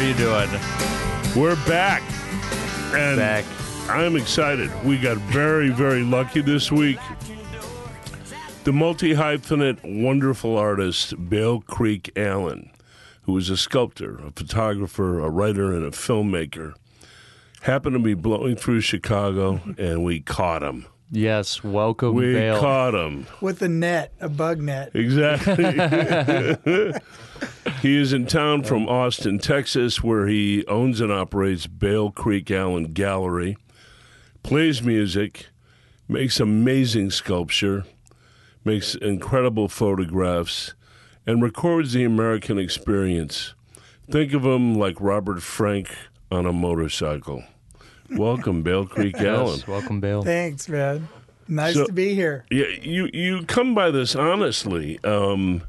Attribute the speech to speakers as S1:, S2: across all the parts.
S1: you doing?
S2: We're back. And
S1: Back.
S2: I'm excited. We got very, very lucky this week. The multi hyphenate, wonderful artist, Bale Creek Allen, who is a sculptor, a photographer, a writer, and a filmmaker, happened to be blowing through Chicago, and we caught him.
S1: Yes, welcome,
S2: We
S1: Bale.
S2: caught him.
S3: with a net, a bug net.
S2: Exactly. he is in town from Austin, Texas, where he owns and operates Bale Creek Allen Gallery, plays music, makes amazing sculpture, makes incredible photographs, and records the American experience. Think of him like Robert Frank on a motorcycle. Welcome, Bale Creek Allen.
S1: yes, welcome, Bale.
S3: Thanks, man. Nice
S2: So-
S3: to be here.
S2: Yeah, you you come by this honestly. Um,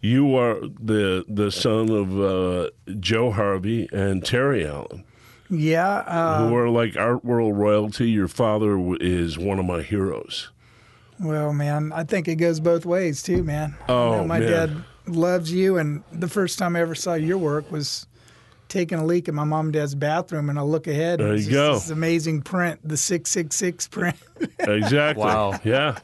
S2: you are the the son of uh, Joe Harvey and Terry Allen,
S3: Yeah, uh,
S2: who are like art world royalty. Your father w- is one of my heroes.
S3: well, man, I think it goes both ways too, man. You
S2: Oh,
S3: know, my
S2: man.
S3: dad loves you, and the first time I ever saw your work was taking a leak in my mom and dad's bathroom, and I look ahead.
S2: There
S3: and it's
S2: you
S3: just
S2: go.
S3: This amazing print, the six six six print.
S2: Exactly.
S1: Wow.
S2: Yeah.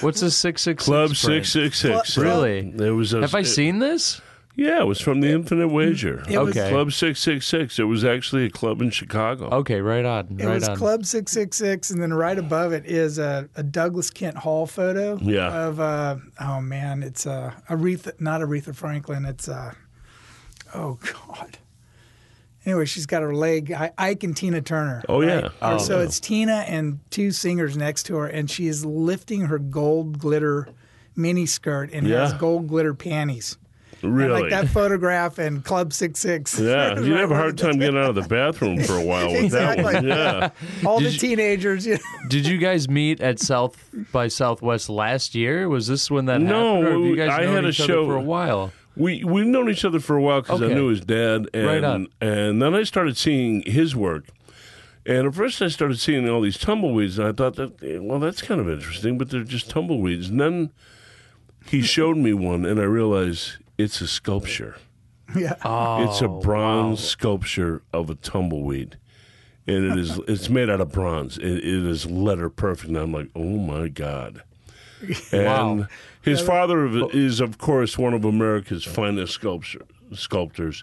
S1: What's a six six
S2: Club six six six.
S1: Really?
S2: There was a.
S1: Have I
S2: it-
S1: seen this?
S2: Yeah, it was from the Infinite Wager.
S3: It was-
S1: Okay.
S2: Club six six six. It was actually a club in Chicago.
S1: Okay, right on,
S3: It
S1: right
S3: was
S1: on.
S3: Club six six six, and then right above it is a, a Douglas Kent Hall photo.
S2: Yeah.
S3: Of uh, oh man, it's uh, Aretha, not Aretha Franklin. It's uh, oh god. Anyway, she's got her leg. I, Ike and Tina Turner.
S2: Oh, yeah.
S1: Oh.
S3: so it's Tina and two singers next to her, and she is lifting her gold glitter mini skirt and has
S2: Yeah.
S3: gold glitter panties. And,
S2: Really.
S3: like that photograph and Club Six Six.
S2: yeah, you'd have a hard time getting out of the bathroom for a while with that one.
S3: Exactly.
S2: Yeah.
S3: All
S1: Did
S3: the
S1: you-
S3: teenagers. You know.
S1: Did you guys meet at South by Southwest last year? Was this when that
S2: No,
S1: happened? or have you guys
S2: I
S1: known
S2: had a
S1: each
S2: show-
S1: other for a while.
S2: We we've known each other for a while because I
S1: Okay.
S2: knew his dad, and
S1: Right on.
S2: and then I started seeing his work. And at first, I started seeing all these tumbleweeds, and I thought that eh, well, that's kind of interesting, but they're just tumbleweeds. And then he showed me one, and I realized it's a sculpture.
S3: yeah.
S2: it's a bronze sculpture of a tumbleweed, and it is it's made out of bronze. It, it is letter perfect, and I'm like, oh my god. And
S1: Wow.
S2: his father of- is, of course, one of America's finest sculpture, sculptors.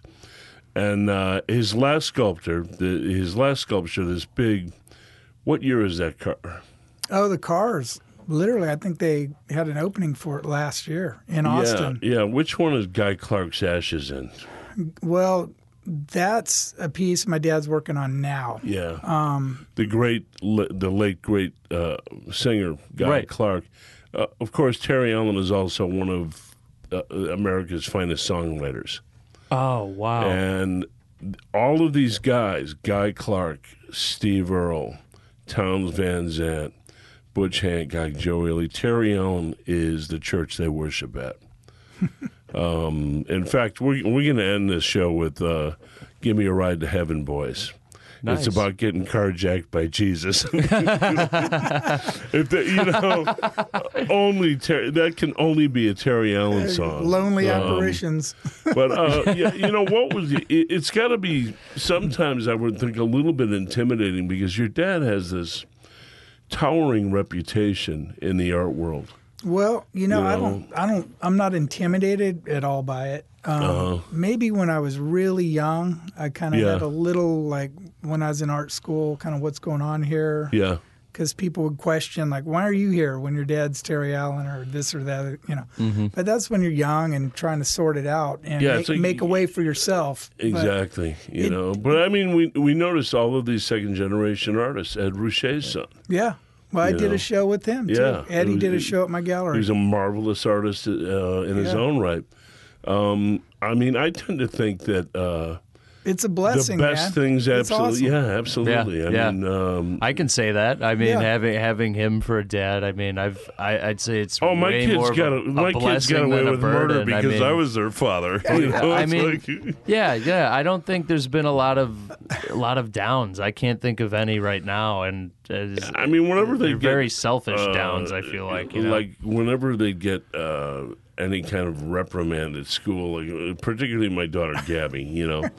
S2: And uh, his last sculptor, the, his last sculpture, this big, what year is that car?
S3: Oh, the cars. Literally, I think they had an opening for it last year in Austin.
S2: Yeah, yeah. Which one is Guy Clark's ashes in?
S3: Well, that's a piece my dad's working on now.
S2: Yeah. Um, the great, l- the late great uh, singer Guy
S1: Right.
S2: Clark. Uh, of course, Terry Allen is also one of uh, America's finest songwriters.
S1: Oh wow.
S2: And all of these guys Guy Clark, Steve Earle, Towns Van Zant, Butch Hancock, Joe Ely, Terry Allen is the church they worship at. um, in fact, we're, we're going to end this show with uh, Give Me a Ride to Heaven, Boys.
S1: Nice.
S2: It's about getting carjacked by Jesus. if the, you know, only Ter- that can only be a Terry Allen song.
S3: Lonely
S2: Um,
S3: apparitions.
S2: but uh, yeah, you know what was it, it's got to be sometimes I would think a little bit intimidating because your dad has this towering reputation in the art world.
S3: Well, you know, I
S2: No.
S3: don't, I don't, I'm not intimidated at all by it. Um, Maybe when I was really young, I kind of
S2: Uh-huh. Yeah.
S3: had a little like when I was in art school, kind of what's going on here,
S2: Yeah,
S3: because people would question like, why are you here when your dad's Terry Allen or this or that, you know? But that's when you're young and trying to sort it out
S2: Mm-hmm.
S3: and
S2: Yeah,
S3: make,
S2: it's like-
S3: make a way for yourself. But-
S2: exactly. you
S3: it-
S2: know, but I mean, we we noticed all of these second generation artists. Ed Ruscha's son,
S3: Yeah. Well, I
S2: You
S3: did
S2: know?
S3: a show with him. too.
S2: Yeah.
S3: Eddie
S2: It was-
S3: did
S2: it-
S3: a show at my gallery.
S2: he's a marvelous artist uh, in his
S3: Yeah.
S2: own right. Um, I mean, I tend to think that uh,
S3: It's a
S2: the
S3: blessing, man.
S2: best things,
S3: It's
S2: absolutely,
S3: awesome.
S2: yeah, absolutely.
S1: Yeah,
S2: I
S1: yeah.
S2: mean, um,
S1: I can say that. I mean,
S3: Yeah.
S1: having having him for a dad. I mean, I've I, I'd say it's
S2: Oh, my
S1: way
S2: kids
S1: more
S2: got
S1: of a, a
S2: my kids
S1: blessing
S2: got away
S1: than a
S2: with murder
S1: burden. I
S2: because I,
S1: mean-
S2: was their father. You know,
S1: I
S2: it's
S1: mean-
S2: like-
S1: Yeah, yeah. I don't think there's been a lot of a lot of downs. I can't think of any right now, and it's,
S2: I mean, whenever they
S1: they're
S2: get
S1: very selfish
S2: uh,
S1: downs. I feel like you know.
S2: like whenever they get uh, any kind of reprimand at school, like, particularly my daughter Gabby. You know,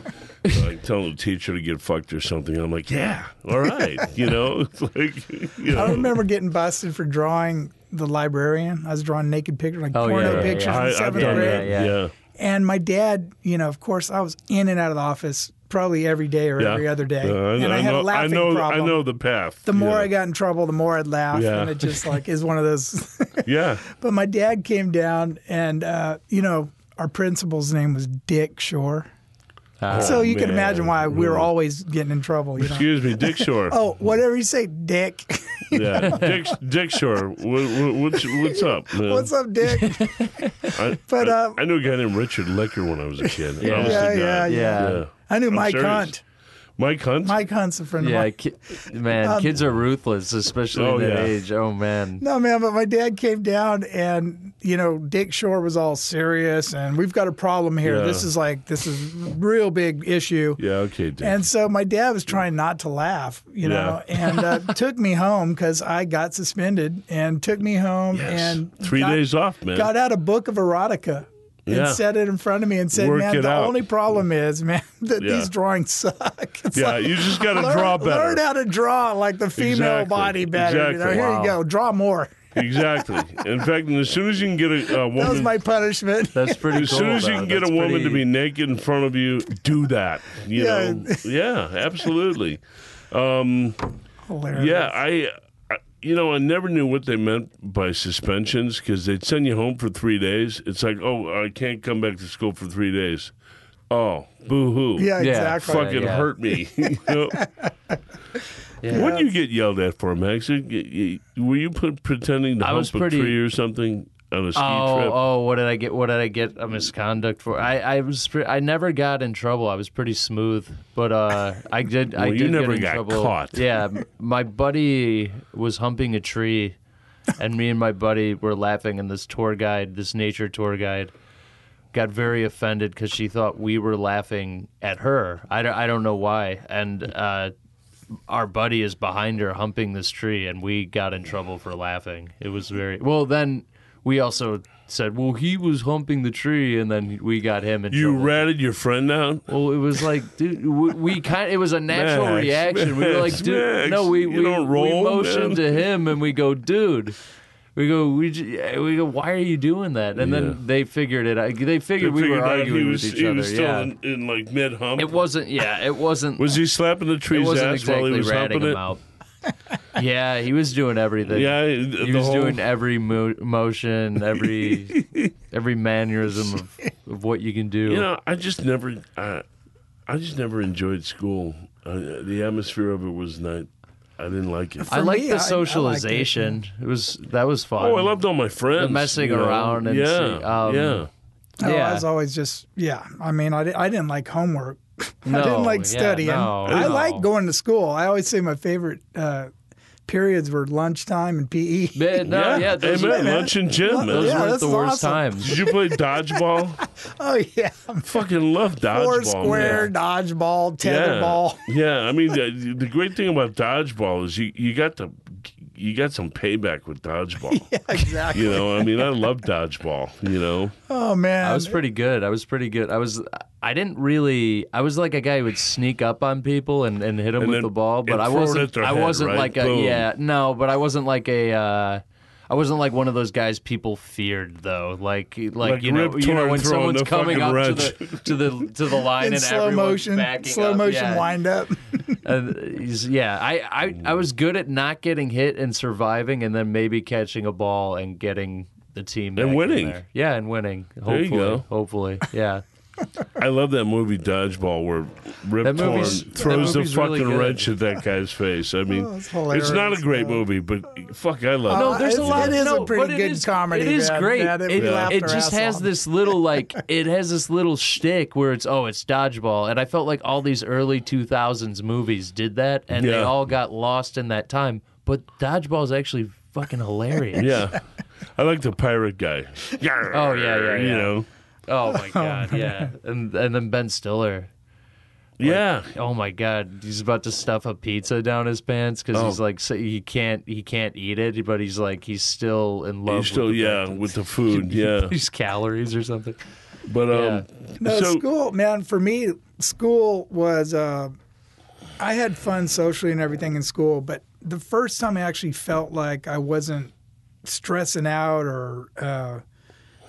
S2: so I tell the teacher to get fucked or something. I'm like, yeah, all right. You know, it's like, you know,
S3: I remember getting busted for drawing the librarian. I was drawing naked pictures, like
S4: Oh, yeah,
S3: porno
S4: yeah, yeah.
S3: pictures
S2: I,
S3: in
S2: have
S3: seventh
S2: done
S3: grade.
S2: that.
S4: Yeah, yeah.
S2: yeah.
S3: And my dad, you know, of course, I was in and out of the office probably every day or
S2: Yeah.
S3: every other day,
S2: Yeah,
S3: and I, had
S2: know,
S3: a laughing
S2: I know,
S3: problem.
S2: I know the path.
S3: The more
S2: yeah.
S3: I got in trouble, the more I'd laugh,
S2: Yeah.
S3: and it just like is one of those.
S2: yeah,
S3: but my dad came down, and uh, you know, our principal's name was Dick Shore,
S1: Uh,
S3: so you can
S2: Oh, man.
S3: imagine why we were
S2: Really?
S3: always getting in trouble. You know?
S2: excuse me, Dick Shore.
S3: Oh, whatever you say, Dick.
S2: yeah, Dick, Dick Shore. What, what, what's what's up? Man?
S3: What's up, Dick?
S2: I,
S3: But,
S2: I-
S3: uh,
S2: I knew a guy named Richard Licker when I was a kid.
S4: Yeah.
S2: Honest to
S3: yeah,
S2: God.
S3: yeah, yeah.
S4: yeah.
S2: Yeah.
S3: I knew Mike
S2: serious.
S3: Hunt.
S2: Mike Hunt.
S3: Mike Hunt's a friend of
S4: Yeah,
S3: mine.
S4: ki- man, kids are ruthless, especially
S2: Oh,
S4: at that
S2: yeah.
S4: age. Oh man,
S3: Um, No, man, but my dad came down and, you know, Dick Shore was all serious and we've got a problem here.
S2: Yeah.
S3: This is like, this is real big issue.
S2: Yeah, okay, Dick.
S3: And so my dad was trying not to laugh, you know, and uh, took me home because I got suspended and took me home
S2: Yes.
S3: and
S2: three
S3: got-
S2: days off, man.
S3: got out a book of erotica and
S2: Yeah.
S3: set it in front of me and said,
S2: Work
S3: "Man,
S2: it
S3: the
S2: out."
S3: only problem is, man, that
S2: Yeah.
S3: these drawings suck." It's
S2: yeah,
S3: like,
S2: you just got to
S3: learn,
S2: draw
S3: learn
S2: better.
S3: how to draw like the female
S2: Exactly.
S3: body better. You know,
S2: Exactly.
S3: here
S4: Wow.
S3: you go, draw more.
S2: exactly. In fact, and as soon as you can get a, a woman,
S3: That was my punishment.
S4: that's pretty.
S2: as
S4: cool,
S2: soon as you
S4: though.
S2: can get a
S4: That's
S2: woman to
S4: pretty-
S2: be naked in front of you, do that. You
S3: Yeah.
S2: know, yeah, absolutely.
S3: Hilarious.
S2: Yeah, I, I, you know, I never knew what they meant by suspensions because they'd send you home for three days. It's like, oh, I can't come back to school for three days. Oh, boo hoo.
S3: Yeah,
S4: Yeah,
S3: exactly.
S4: fuck
S2: Fucking
S4: Yeah.
S2: hurt me. you know? What do you get yelled at for, Max? You- you- Were you put, pretending to
S1: I
S2: hump
S1: was
S2: a
S1: pretty-
S2: tree or something on a ski
S1: Oh,
S2: trip?
S1: oh, what did I get? What did I get a misconduct for? I, I was, pre- I never got in trouble. I was pretty smooth, but uh, I did, I
S2: Well, you
S1: did
S2: never
S1: get in
S2: got
S1: trouble.
S2: caught.
S1: Yeah, m- my buddy was humping a tree, and me and my buddy were laughing, and this tour guide, this nature tour guide, got very offended because she thought we were laughing at her. I don't, I don't know why, and. Uh, our buddy is behind her humping this tree and we got in trouble for laughing it was very well then we also said well he was humping the tree and then we got him in
S2: You
S1: trouble
S2: ratted your friend out?
S1: well it was like dude we, we kind it was a natural
S2: Max,
S1: reaction we were like
S2: Max,
S1: dude
S2: Max,
S1: no we
S2: you
S1: we,
S2: don't roll,
S1: we motioned
S2: man.
S1: to him and we go dude we go we, j- we go why are you doing that and
S2: Yeah.
S1: then they figured it out they
S2: They
S1: figured we
S2: figured
S1: were
S2: out
S1: arguing
S2: he was,
S1: with each
S2: he
S1: other
S2: was still
S1: yeah
S2: in, in like mid hump.
S1: it wasn't yeah it wasn't
S2: Was he slapping the
S1: it
S2: tree's
S1: wasn't
S2: ass
S1: exactly
S2: while he was
S1: ratting
S2: humping
S1: him
S2: it?
S1: out. yeah, he was doing everything.
S2: Yeah, he
S1: he
S2: the
S1: was
S2: whole,
S1: doing every mo- motion, every every mannerism of, of what you can do.
S2: You know, I just never, I, I just never enjoyed school. I, the atmosphere of it was not. I didn't like it.
S1: I
S3: for
S1: like
S3: me, I-
S1: the
S3: I liked it.
S1: socialization. it. was that was fun.
S2: oh, I loved all my friends.
S1: The messing
S2: you know?
S1: around and
S2: yeah,
S1: see- um,
S2: yeah.
S3: No, Oh, I
S1: yeah.
S3: was always just yeah. I mean, I, di- I didn't like homework. I
S1: No,
S3: didn't like
S1: yeah,
S3: studying.
S1: no,
S3: I
S1: no.
S3: like going to school. I always say my favorite uh, periods were lunchtime and E. PE.
S1: Man, no, yeah,
S2: Hey,
S1: those,
S2: man, lunch and gym, man.
S1: those
S3: Yeah,
S1: weren't
S3: this
S1: the
S3: is
S1: worst
S3: awesome.
S1: times.
S2: Did you play dodgeball?
S3: Oh yeah,
S2: Fucking love dodgeball.
S3: four
S2: man.
S3: square dodgeball, tetherball.
S2: Yeah, I mean the, the great thing about dodgeball is you, you got the you got some payback with dodgeball.
S3: Yeah, exactly.
S2: You know, I mean I love dodgeball, you know.
S3: Oh man,
S1: I was pretty good. I was pretty good. I was. I didn't really. I was like a guy who would sneak up on people and, and hit them
S2: And
S1: with
S2: then-
S1: the ball, but
S2: and
S1: I
S2: throw it at
S1: wasn't.
S2: their
S1: I
S2: head,
S1: wasn't
S2: right?
S1: like a.
S2: Boom.
S1: Yeah, no, but I wasn't like a. Uh, I wasn't like one of those guys people feared though. Like like,
S2: Like
S1: you know
S2: Rip
S1: you know
S2: Torn
S1: when
S2: throwing
S1: someone's
S2: the
S1: coming
S2: fucking
S1: up
S2: wrench.
S1: to the to the to the line
S3: in
S1: and
S3: slow
S1: everyone's
S3: motion,
S1: backing
S3: slow
S1: up.
S3: motion
S1: yeah.
S3: wind up.
S1: Uh, he's- yeah, I, I I was good at not getting hit and surviving, and then maybe catching a ball and getting the team back in
S2: winning.
S1: there. Yeah, and winning. Hopefully,
S2: There you go.
S1: hopefully, yeah.
S2: I love that movie Dodgeball where Rip
S1: That
S2: Torn
S1: movie's- that
S2: throws the
S1: movie's really
S2: fucking
S1: good.
S2: wrench at that guy's face. I mean,
S3: Oh, it's hilarious,
S2: it's not a great
S3: though.
S2: movie, but fuck, I love
S1: No,
S3: Uh,
S2: it.
S1: there's a
S3: it's-
S1: lot.
S3: it is
S1: no,
S3: a pretty
S1: but it
S3: good
S1: is-
S3: comedy,
S1: It is
S3: man.
S1: great.
S3: Yeah,
S1: it
S3: that we laughed
S1: it
S3: our
S1: just
S3: ass
S1: has
S3: off.
S1: this little like it has this little shtick where it's oh it's dodgeball, and I felt like all these early 2000s movies did that, and they
S2: Yeah.
S1: all got lost in that time. But dodgeball is actually fucking hilarious.
S2: Yeah. I like the pirate guy. Oh yeah,
S1: yeah, yeah.
S2: You know.
S1: Oh my god, yeah, and and then Ben Stiller.
S2: yeah.
S1: Oh my God, he's about to stuff a pizza down his pants because
S2: Oh.
S1: he's like so he can't he can't eat it, but he's like he's still in love.
S2: He's still
S1: with the
S2: yeah with the food yeah,
S1: These calories or something.
S2: but um,
S3: No,
S2: so
S3: school, man, for me, school was, uh, I had fun socially and everything in school, but the first time I actually felt like I wasn't stressing out or, uh,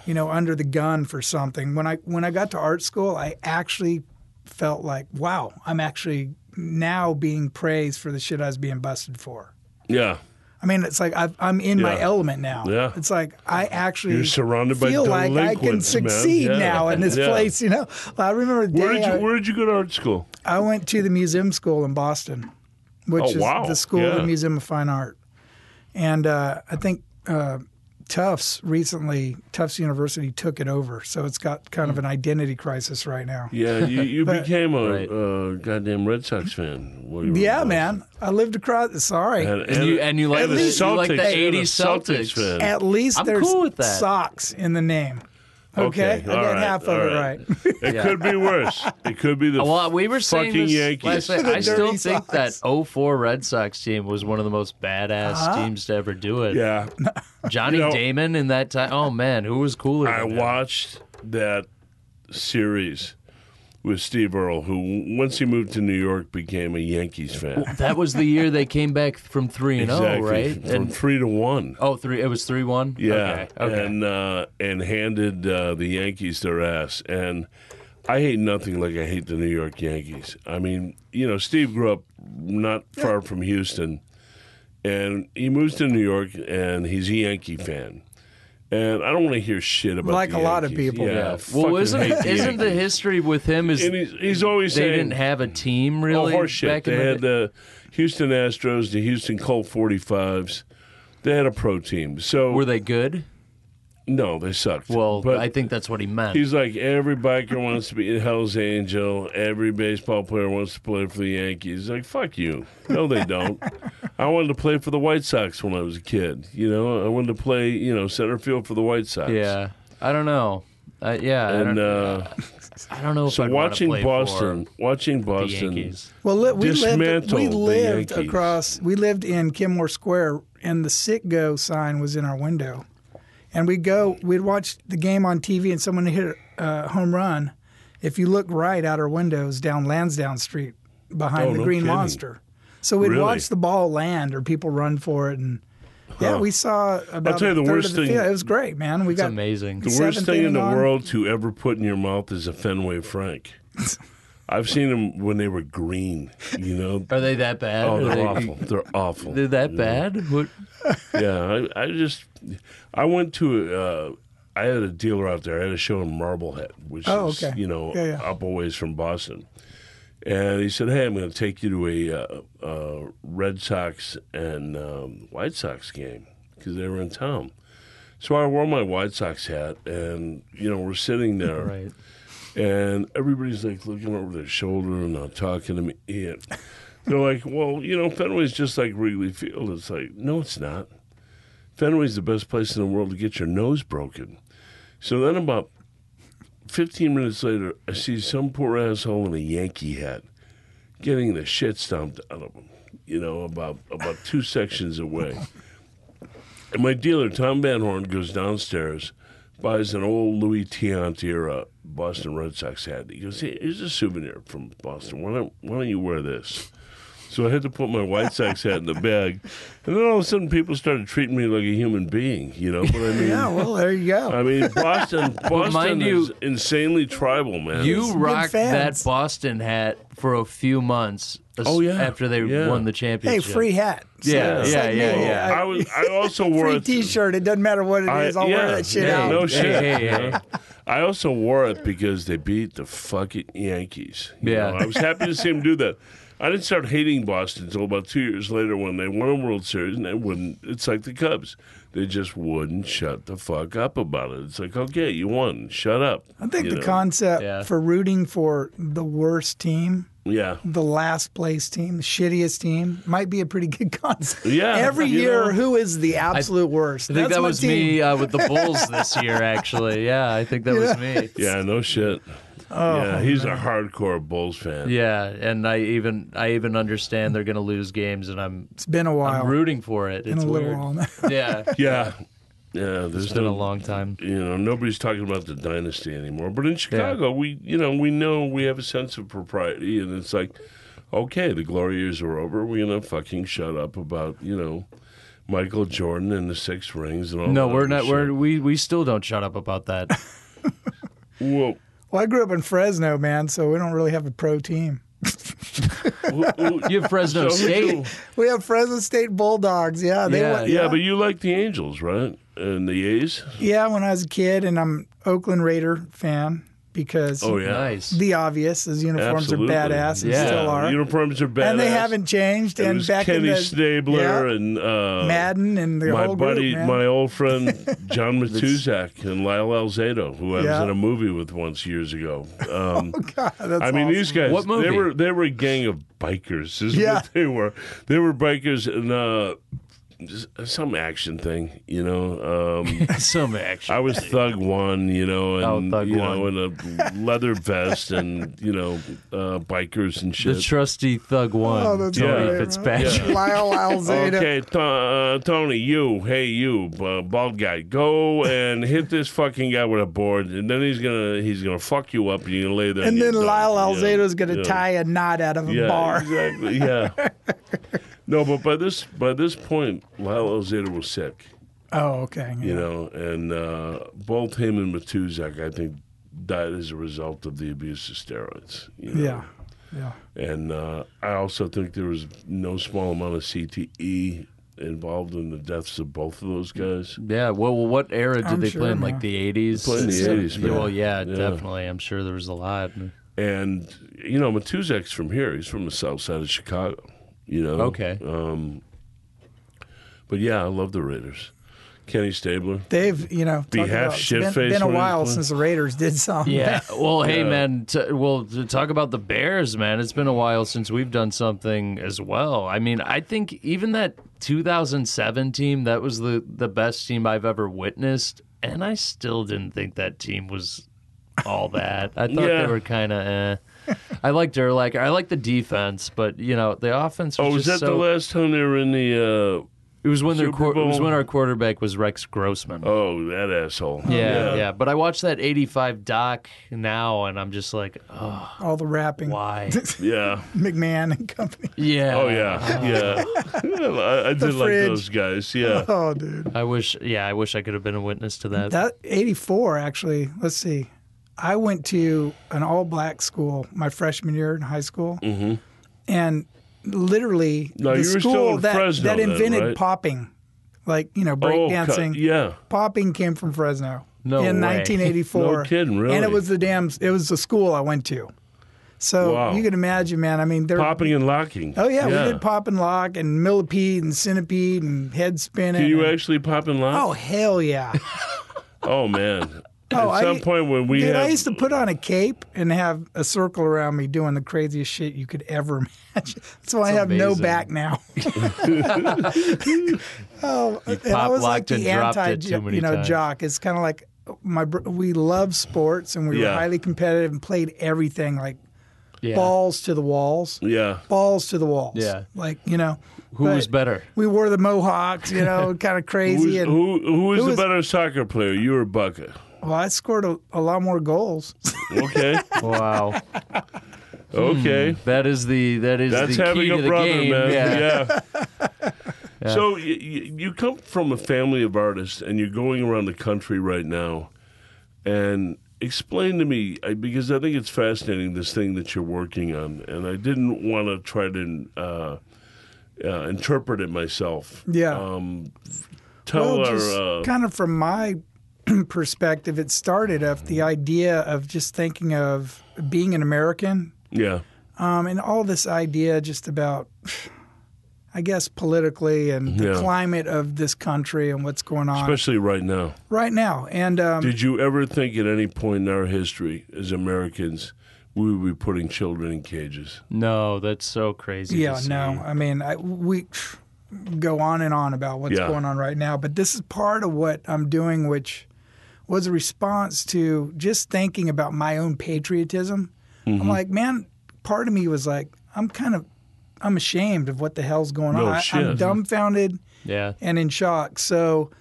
S3: you know, under the gun for something. When I when I got to art school, I actually felt like, wow, I'm actually now being praised for the shit I was being busted for.
S2: yeah,
S3: I mean, it's like I've, I'm in my
S2: Yeah.
S3: element now.
S2: Yeah.
S3: It's like I actually
S2: You're surrounded by
S3: feel like I can
S2: delinquents, man.
S3: succeed
S2: Yeah.
S3: now in this
S2: Yeah.
S3: place. You know, I remember the
S2: where
S3: day
S2: did you
S3: I,
S2: where did you go to art school?
S3: I went to the museum school in Boston, which
S2: Oh,
S3: is
S2: wow.
S3: the school of
S2: Yeah.
S3: the Museum of Fine Art, and uh, I think uh, Tufts recently, Tufts University took it over, so it's got kind of an identity crisis right now.
S2: Yeah, you, you
S3: But-
S2: became a
S1: Right.
S2: uh, goddamn Red Sox fan. while you were in
S3: Yeah,
S2: Boston.
S3: man, I lived across. Sorry,
S2: And,
S1: And you- and you like
S2: the
S1: the- you like the
S2: Celtics.
S1: 80s
S2: You're a Celtics
S1: Celtics.
S2: fan.
S3: at least
S1: I'm
S3: there's
S1: cool with that.
S3: socks in the name. Okay, I
S2: all
S3: got
S2: right,
S3: half of
S2: all
S3: it right.
S2: It could be worse. It could be the
S1: Well, uh, we were saying
S2: fucking
S1: this last
S2: Yankees.
S1: night.
S3: The
S1: I still
S3: dirty
S1: think
S3: socks.
S1: that 04 Red Sox team was one of the most badass teams to ever do it.
S2: Uh-huh. yeah,
S1: Johnny
S2: You know-
S1: Damon in that time. Oh man, who was cooler?
S2: I
S1: than him?
S2: watched that series with Steve Earle, who once he moved to New York became a Yankees fan.
S1: That was the year they came back from three and zero, right?
S2: From
S1: And
S2: three to one.
S1: oh, three. It was three one.
S2: Yeah,
S1: Okay. okay.
S2: and uh, and handed uh, the Yankees their ass. And I hate nothing like I hate the New York Yankees. I mean, you know, Steve grew up not far from Houston, and he moves to New York, and he's a Yankee fan. And I don't want to hear shit about
S3: Like
S2: the
S3: a lot of
S2: Yankees.
S3: people.
S2: Yeah,
S1: Yeah.
S2: fucking
S1: Well, isn't
S2: hate
S1: it, isn't the
S2: Yankees.
S1: history with him is
S2: and
S1: they
S2: he's, he's always saying
S1: didn't have a team really
S2: Oh, horseshit.
S1: back in
S2: they
S1: the
S2: had
S1: day?
S2: the Houston Astros, the Houston Colt 45s. They had a pro team. So
S1: Were they good?
S2: no, they sucked.
S1: Well,
S2: but
S1: I think that's what he meant.
S2: he's like every biker wants to be a Hell's Angel. Every baseball player wants to play for the Yankees. Like fuck you. No, they don't. I wanted to play for the White Sox when I was a kid. You know, I wanted to play you know center field for the White Sox.
S1: yeah. I don't know. Uh, yeah. I,
S2: And
S1: don't,
S2: uh,
S1: I don't know if
S2: so
S1: I'd wanna
S2: watching
S1: play
S2: Boston, watching
S1: for the
S2: Boston,
S1: Yankees.
S3: Well, li- we lived,
S2: Dismantle
S3: we
S2: the
S3: lived
S2: Yankees.
S3: across, we lived in Kenmore Square, and the sit go sign was in our window. And we'd go, we'd watch the game on TV, and someone hit a home run. If you look right out our windows down Lansdowne Street behind
S2: Oh,
S3: the
S2: no
S3: Green
S2: kidding.
S3: Monster. So we'd
S2: Really?
S3: watch the ball land or people run for it. And yeah, we saw about
S2: tell you
S3: a
S2: the
S3: third
S2: worst
S3: of the
S2: thing-
S3: field. It was great, man. We
S1: It's
S3: got
S1: amazing.
S2: The worst
S3: Seventh
S2: thing in the
S3: inning on.
S2: world to ever put in your mouth is a Fenway Frank. I've seen them when they were green. You know,
S1: Are they that bad?
S2: oh,
S1: Are
S2: they're
S1: they-
S2: awful. They're awful.
S1: They're that bad? What?
S2: Yeah, I, I just, I went to, uh, I had a dealer out there. I had a show in Marblehead, which
S3: Oh,
S2: is
S3: okay.
S2: you know
S3: Yeah, yeah.
S2: up a ways from Boston. And he said, "Hey, I'm going to take you to a uh, uh, Red Sox and um, White Sox game because they were in town." So I wore my White Sox hat, and you know we're sitting there,
S1: Right.
S2: and everybody's like looking over their shoulder and not talking to me. And they're like, "Well, you know, Fenway's just like Wrigley Field." It's like, no, it's not. Fenway's the best place in the world to get your nose broken. So then, about fifteen minutes later, I see some poor asshole in a Yankee hat getting the shit stomped out of him. You know, about about two sections away. And my dealer, Tom Van Horn, goes downstairs, buys an old Louis Tiant era Boston Red Sox hat. He goes, hey, here's a souvenir from Boston. Why don't, why don't you wear this? So I had to put my White Sox hat in the bag. And then all of a sudden, people started treating me like a human being, you know what I mean?
S3: yeah, well, there you go.
S2: I mean, Boston, Boston
S1: mind you-
S2: is insanely tribal, man.
S1: You
S2: It's-
S1: rocked that
S3: fans.
S1: Boston hat for a few months as-
S2: Oh, yeah.
S1: after they
S2: Yeah.
S1: won the
S3: hey,
S1: championship.
S3: free hat. So
S1: Yeah,
S3: it's
S1: yeah,
S3: like
S1: yeah,
S3: me.
S1: yeah.
S3: I-
S2: I was. I also wore
S3: free
S2: it-
S3: T-shirt. It doesn't matter what it
S2: I-
S3: is. I'll
S2: yeah,
S3: wear that shit
S2: yeah,
S3: out.
S2: No shit.
S1: hey,
S2: you know?
S1: hey.
S2: I also wore it because they beat the fucking Yankees. you
S1: Yeah.
S2: know? I was happy to see them do that. I didn't start hating Boston until about two years later when they won a World Series and they wouldn't. It's like the Cubs. They just wouldn't shut the fuck up about it. It's like, okay, you won. Shut up.
S3: I think
S2: you
S3: the
S2: know?
S3: concept
S1: Yeah.
S3: for rooting for the worst team,
S2: Yeah.
S3: the last place team, the shittiest team, might be a pretty good concept.
S2: Yeah,
S3: Every
S2: you
S3: year,
S2: know.
S3: who is the absolute worst?
S1: I think
S3: That's
S1: that
S3: my
S1: was
S3: team.
S1: me uh, with the Bulls this year, actually. Yeah, I think that was me.
S2: Yeah, no shit.
S3: Oh,
S2: yeah, he's a hardcore Bulls fan.
S1: Yeah, and I even I even understand they're going to lose games, and I'm
S3: It's been a while.
S1: I'm rooting for it.
S3: been
S1: It's
S3: a little
S1: weird.
S3: while now.
S1: Yeah,
S2: Yeah, yeah. There's
S1: it's been a
S2: no,
S1: long time.
S2: you know, nobody's talking about the dynasty anymore. But in Chicago, we, you know, we know we have a sense of propriety, and it's like, okay, the glory years are over. We're gonna fucking shut up about, you know, Michael Jordan and the six rings and all.
S1: No,
S2: that
S1: we're
S2: other
S1: not.
S2: shit.
S1: We're we we still don't shut up about that.
S2: Well,
S3: Well, I grew up in Fresno, man, so we don't really have a pro team.
S2: who- who-
S1: You have Fresno
S2: so who
S1: State.
S2: you-
S3: We have Fresno State Bulldogs. Yeah, they
S1: Yeah.
S3: won-
S2: yeah, but you like the Angels, right? And the A's.
S3: yeah. When I was a kid, and I'm Oakland Raider fan because
S2: Oh yeah,
S1: Nice.
S3: the obvious is uniforms
S2: Absolutely.
S3: are badass and
S1: Yeah.
S3: still are,
S2: Uniforms are badass.
S3: and they haven't changed.
S2: It
S3: and
S2: was
S3: back
S2: Kenny
S3: in the
S2: Stabler
S3: yeah,
S2: and uh,
S3: Madden and the
S2: my
S3: whole
S2: buddy,
S3: group, man.
S2: my old friend John Matuzak and Lyle Alzado, who I was
S3: Yeah.
S2: in a movie with once years ago. Um,
S3: God, that's
S2: I mean,
S3: awesome.
S2: these guys,
S1: What movie?
S2: they were they were a gang of bikers. Is
S3: Yeah.
S2: what they were. They were bikers and uh, s- some action thing, you know. Um,
S1: Some action.
S2: I was Thug One, you know, and
S1: Oh, Thug
S2: you know, in a leather vest and you know, uh, bikers and shit.
S1: The trusty thug one,
S3: Oh, that's
S2: Yeah.
S1: Tony
S3: right,
S1: Fitzpatrick.
S3: man. Lyle Alzada.
S2: Okay, T- uh, Tony, you, hey, you, uh, bald guy, go and hit this fucking guy with a board, and then he's gonna he's gonna fuck you up, and you're gonna lay there.
S3: And
S2: you're
S3: then
S2: done.
S3: Lyle
S2: Yeah,
S3: Alzado's going to
S2: yeah.
S3: tie a knot out of a
S2: yeah,
S3: bar.
S2: Exactly. Yeah. no, but by this by this point, Lyle Alzado was sick,
S3: Oh, okay.
S2: you know, and uh, both him and Matuzak, I think, died as a result of the abuse of steroids. you know.
S3: Yeah. Yeah.
S2: And uh, I also think there was no small amount of CTE involved in the deaths of both of those guys.
S1: Yeah, well, well, what era did
S3: I'm
S1: they
S3: sure,
S1: play in? Like
S3: man.
S1: the eighties.
S2: Played in the 80s, man.
S1: Well, yeah,
S2: Yeah.
S1: definitely. I'm sure there was a lot.
S2: And, you know, Matuzak's from here. He's from the south side of Chicago, you know.
S1: Okay.
S2: Um, but, yeah, I love the Raiders. Kenny Stabler.
S3: They've, you know,
S2: Be
S3: talk
S2: half
S3: about- it's been,
S2: shit-faced
S3: been a
S2: when he's
S3: while
S2: playing.
S3: since the Raiders did something.
S1: Yeah. Well, hey,
S2: Yeah.
S1: man. T- well, to talk about the Bears, man. It's been a while since we've done something as well. I mean, I think even that 2007 team, that was the the best team I've ever witnessed, and I still didn't think that team was all that. I thought
S2: Yeah.
S1: they were kind of. Eh. I liked Urlacher. I liked the defense, but you know the offense. Was
S2: Oh, was
S1: just
S2: that
S1: so,
S2: the last time they were in the.
S1: It was when their
S2: Super
S1: quar- it was
S2: Bowl?
S1: when our quarterback was Rex Grossman.
S2: Uh, oh, that asshole.
S1: Yeah, yeah, But I watched that '85 doc now, and I'm just like, oh,
S3: All the rapping.
S1: why?
S2: Yeah.
S3: McMahon and company.
S1: Yeah.
S2: Oh, yeah. Yeah. I, I did like
S3: fridge.
S2: those guys. Yeah.
S3: Oh, dude.
S1: I wish. Yeah, I wish I could have been a witness to that.
S3: That 84, actually. Let's see. I went to an all black school my freshman year in high school. And literally,
S2: Mm-hmm. No,
S3: the
S2: you were still
S3: school
S2: in
S3: that,
S2: Fresno
S3: that
S2: then,
S3: invented
S2: right?
S3: popping, like, you know,
S2: Oh, cu-
S3: breakdancing.
S2: yeah.
S3: popping came from Fresno
S1: No
S3: in
S1: way.
S3: 1984.
S2: No kidding, really?
S3: And it was the damn it was the school I went to. So
S2: Wow.
S3: you can imagine, man. I mean, they're
S2: Popping and locking.
S3: Oh yeah, we did pop and lock and millipede and centipede and head spinning.
S2: Can you
S3: and-
S2: actually pop and lock?
S3: oh hell yeah!
S2: Oh man!
S3: Oh,
S2: At some
S3: I-
S2: point when we
S3: Dude,
S2: had,
S3: I used to put on a cape and have a circle around me doing the craziest shit you could ever imagine. That's why I have no
S1: amazing.
S3: back now. oh, and I
S1: pop
S3: was like
S1: locked and
S3: the
S1: dropped
S3: anti,
S1: it too many
S3: you know,
S1: times.
S3: jock. It's kind of like my br- we love sports and we were
S2: Yeah.
S3: highly competitive and played everything like
S1: yeah.
S3: balls to the walls,
S2: yeah,
S3: balls to the walls.
S1: Yeah.
S3: like you know,
S1: Who
S3: but
S1: was better?
S3: We wore the mohawks, you know, kind
S2: who
S3: of crazy.
S2: was,
S3: and
S2: who, who was
S3: who
S2: the
S3: was-
S2: better soccer player? You or Bucka?
S3: well, I scored a, a lot more goals.
S2: Okay,
S1: Wow.
S2: okay.
S1: That is the that is Hmm.
S2: That's
S1: the key
S2: having
S1: to
S2: a
S1: the
S2: brother,
S1: game.
S2: man.
S1: Yeah.
S2: Yeah. So you, you come from a family of artists, and you're going around the country right now, and explain to me I- because I think it's fascinating this thing that you're working on, and I didn't want to try to uh, uh, interpret it myself.
S3: Yeah.
S1: Oh.
S2: Um, tell
S3: well,
S2: our
S3: just
S2: uh,
S3: kind of from my perspective, it started of the idea of just thinking of being an American
S2: yeah.
S3: um, and all this idea just about, I guess, politically and the
S2: Yeah.
S3: climate of this country and what's going on
S2: Especially right now.
S3: right now. And um,
S2: Did you ever think at any point in our history as Americans we would be putting children in cages?
S1: No, that's so crazy. to
S3: yeah,
S1: see.
S3: no, I mean, I, we go on and on about what's
S2: Yeah.
S3: going on right now, but this is part of what I'm doing, which was a response to just thinking about my own patriotism.
S2: Mm-hmm.
S3: I'm like, man, part of me was like, I'm kind of, I'm ashamed of what the hell's going
S2: No
S3: on. I- I'm
S2: shit.
S3: dumbfounded
S1: Yeah.
S3: and in shock. So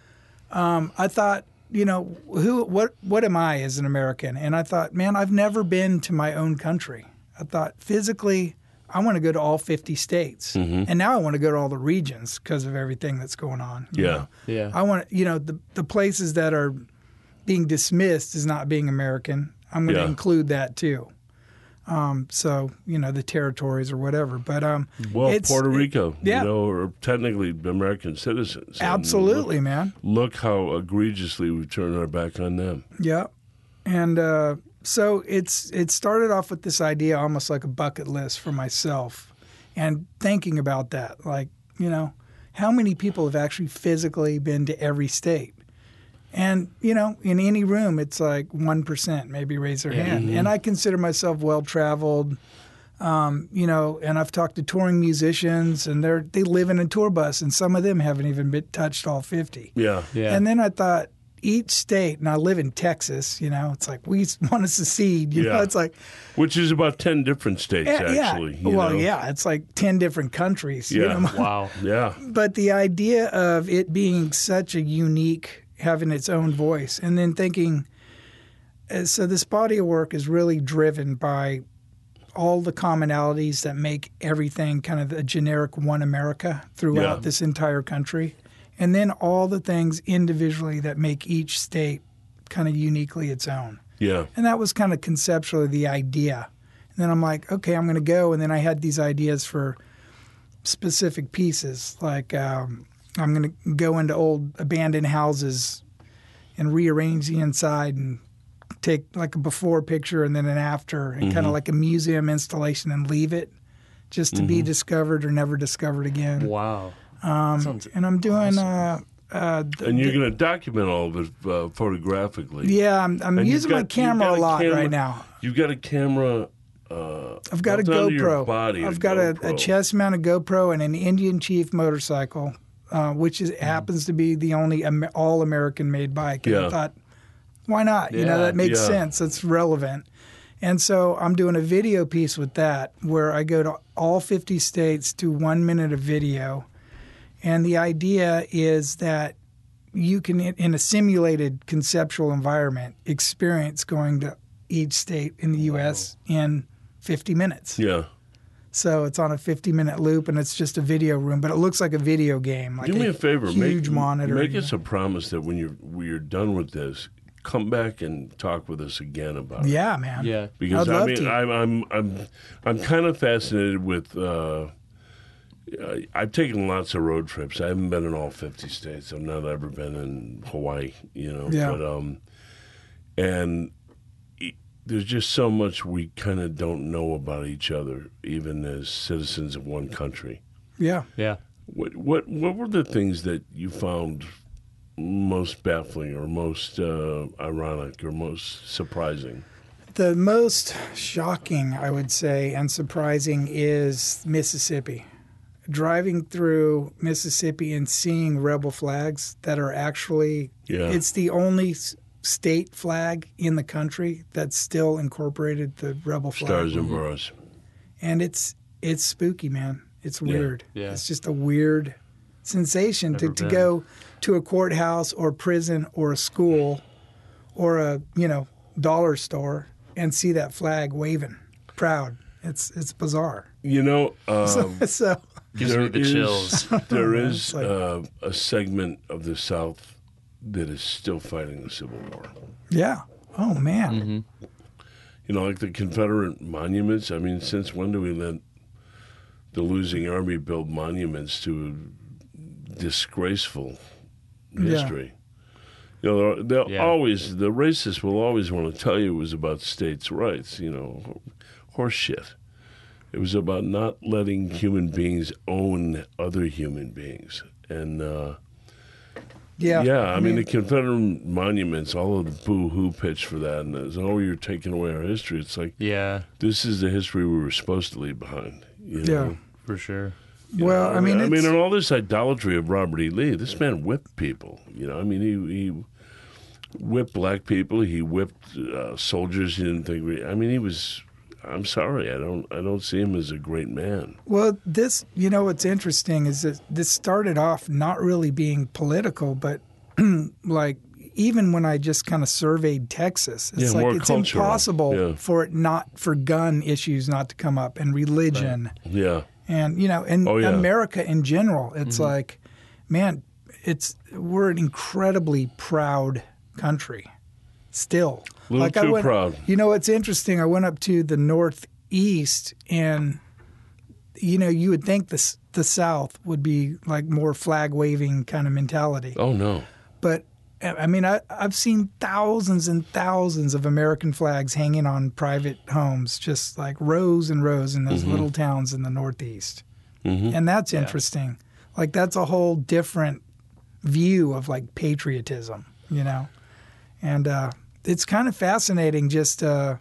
S3: um, I thought, you know, who, what, what am I as an American? And I thought, man, I've never been to my own country. I thought physically, I want to go to all 50 states,
S2: Mm-hmm.
S3: and now I want to go to all the regions because of everything that's going on. you
S2: Yeah.
S3: know?
S1: Yeah.
S3: I want you know the the places that are being dismissed as not being American. I'm going to
S2: Yeah.
S3: include that too. Um, so you know the territories or whatever, but um,
S2: Well,
S3: it's-
S2: Puerto Rico,
S3: yeah.
S2: you know, are technically American citizens. and
S3: absolutely, man.
S2: Look, look how egregiously we've turned our back on them.
S3: Yeah, and uh, so it's it started off with this idea almost like a bucket list for myself, and thinking about that, like you know, how many people have actually physically been to every state, and you know, in any room, it's like one percent maybe raise their hand, and I consider myself well traveled. Um, you know, and I've talked to touring musicians, and they're they live in a tour bus, and some of them haven't even been touched all fifty.
S2: Yeah.
S1: Yeah.
S3: And then I thought, each state, and I live in Texas, you know, it's like we want to secede. You know,
S2: Yeah.
S3: it's like, eh,
S2: Which is about 10 different states,
S3: yeah, yeah.
S2: actually. you
S3: well,
S2: know?
S3: yeah, it's like 10 different countries. you
S2: Yeah.
S3: know.
S1: Wow.
S2: Yeah.
S3: But the idea of it being such a unique, having its own voice, and then thinking, uh, so this body of work is really driven by all the commonalities that make everything kind of a generic one America
S2: Yeah.
S3: throughout this entire country. And then all the things individually that make each state kind of uniquely its own.
S2: Yeah.
S3: And that was kind of conceptually the idea. And then I'm like, okay, I'm going to go. And then I had these ideas for specific pieces. Like, um, I'm going to go into old abandoned houses and rearrange the inside and take like a before picture and then an after and
S2: Mm-hmm.
S3: kind of like a museum installation and leave it just to
S2: Mm-hmm.
S3: be discovered or never discovered again. Um,
S1: Wow. Sounds-
S3: And I'm doing, uh, uh, th-
S2: And you're going to document all of it uh, photographically.
S3: yeah, I'm, I'm
S2: And you've
S3: using my
S2: got-
S3: camera
S2: you've
S3: a lot
S2: got
S3: right now.
S2: You've got a camera. Uh,
S3: I've got a
S2: built onto your
S3: GoPro.
S2: Body,
S3: I've got a, a
S2: GoPro.
S3: chest mounted GoPro and an Indian Chief motorcycle, uh, which
S2: Mm.
S3: is, happens to be the only Am- all American made bike. And
S2: Yeah.
S3: I thought, why not? You know,
S1: Yeah,
S3: that makes
S2: yeah.
S3: sense. It's relevant. And so I'm doing a video piece with that where I go to all 50 states, do one minute of video. And the idea is that you can, in- in a simulated conceptual environment, experience going to each state in the U.S. in 50 minutes.
S2: Yeah.
S3: So it's on a 50 minute loop and it's just a video room, but it looks like a video game. Like
S2: Do me a favor.
S3: Huge
S2: make,
S3: monitor.
S2: Make
S3: you
S2: us a promise that when you're when you're done with this, come back and talk with us again about
S3: know.
S2: it.
S3: Yeah, man.
S1: Yeah.
S2: Because
S3: I'd
S2: I
S3: love
S2: mean,
S3: to.
S2: I'm I'm I'm I'm kind of fascinated with. Uh, I- I've taken lots of road trips. I haven't been in all 50 states. I've not ever been in Hawaii. You know,
S3: Yeah.
S2: but um, and e- there's just so much we kind of don't know about each other, even as citizens of one country.
S3: Yeah.
S1: Yeah.
S2: What what what were the things that you found most baffling or most uh, ironic or most surprising?
S3: The most shocking, I would say, and surprising is Mississippi. Driving through Mississippi and seeing rebel flags that are actually,
S2: Yeah.
S3: it's the only s- state flag in the country that still incorporated the rebel flag.
S2: Stars and bars.
S3: and it's it's spooky, man. It's weird.
S1: Yeah.
S3: It's just a weird sensation to,
S1: Never
S3: to
S1: been.
S3: go to a courthouse or prison or a school or a you know dollar store and see that flag waving, proud. It's it's bizarre.
S2: You know, um,
S3: so
S1: Gives
S2: there
S1: me the
S2: is-
S1: chills.
S2: There is
S3: like-
S2: uh, a segment of the South that is still fighting the Civil War.
S3: yeah. Oh man.
S2: Mm. You know, like the Confederate monuments. I mean, since when do we let the losing army build monuments to disgraceful history? You know, they'll- they'll
S1: Yeah.
S2: always the racists will always want to tell you it was about states' rights. You know, horse shit. It was about not letting human beings own other human beings, and uh,
S3: Yeah.
S2: yeah, I, mean, the Confederate monuments, all of the boo-hoo pitch for that, and it's, oh, you're taking away our history. It's like
S1: Yeah.
S2: this is the history we were supposed to leave behind. you
S3: Yeah.
S2: know?
S1: For sure.
S2: You
S3: Well,
S2: know,
S3: I mean,
S2: I mean,
S3: it's-
S2: and all this idolatry of Robert E. Lee, this man whipped people. You know, I mean, he he whipped black people. He whipped uh, soldiers. He didn't think. We, I mean, he was. I'm sorry. I don't. I don't see him as a great man.
S3: Well, this, you know, what's interesting is that this started off not really being political, but like even when I just kind of surveyed Texas, it's
S2: Yeah, more
S3: like it's
S2: cultural.
S3: impossible
S2: Yeah.
S3: for it not for gun issues not to come up and religion
S2: Yeah.
S3: and you know and
S2: Oh, yeah. Mm-hmm.
S3: America in general. It's like, man, it's we're an incredibly proud country still.
S2: Little
S3: like I
S2: too
S3: went,
S2: proud.
S3: You know, it's interesting. I went up to the Northeast, and you know, you would think this the South would be like more flag waving kind of mentality,
S2: Oh no.
S3: but. I I mean, I, I've seen thousands and thousands of American flags hanging on private homes, just like rows and rows in those little towns in the Northeast.
S2: Mm-hmm.
S3: And that's interesting. Like, that's a whole different view of like patriotism, you know? And uh, it's kind of fascinating just uh,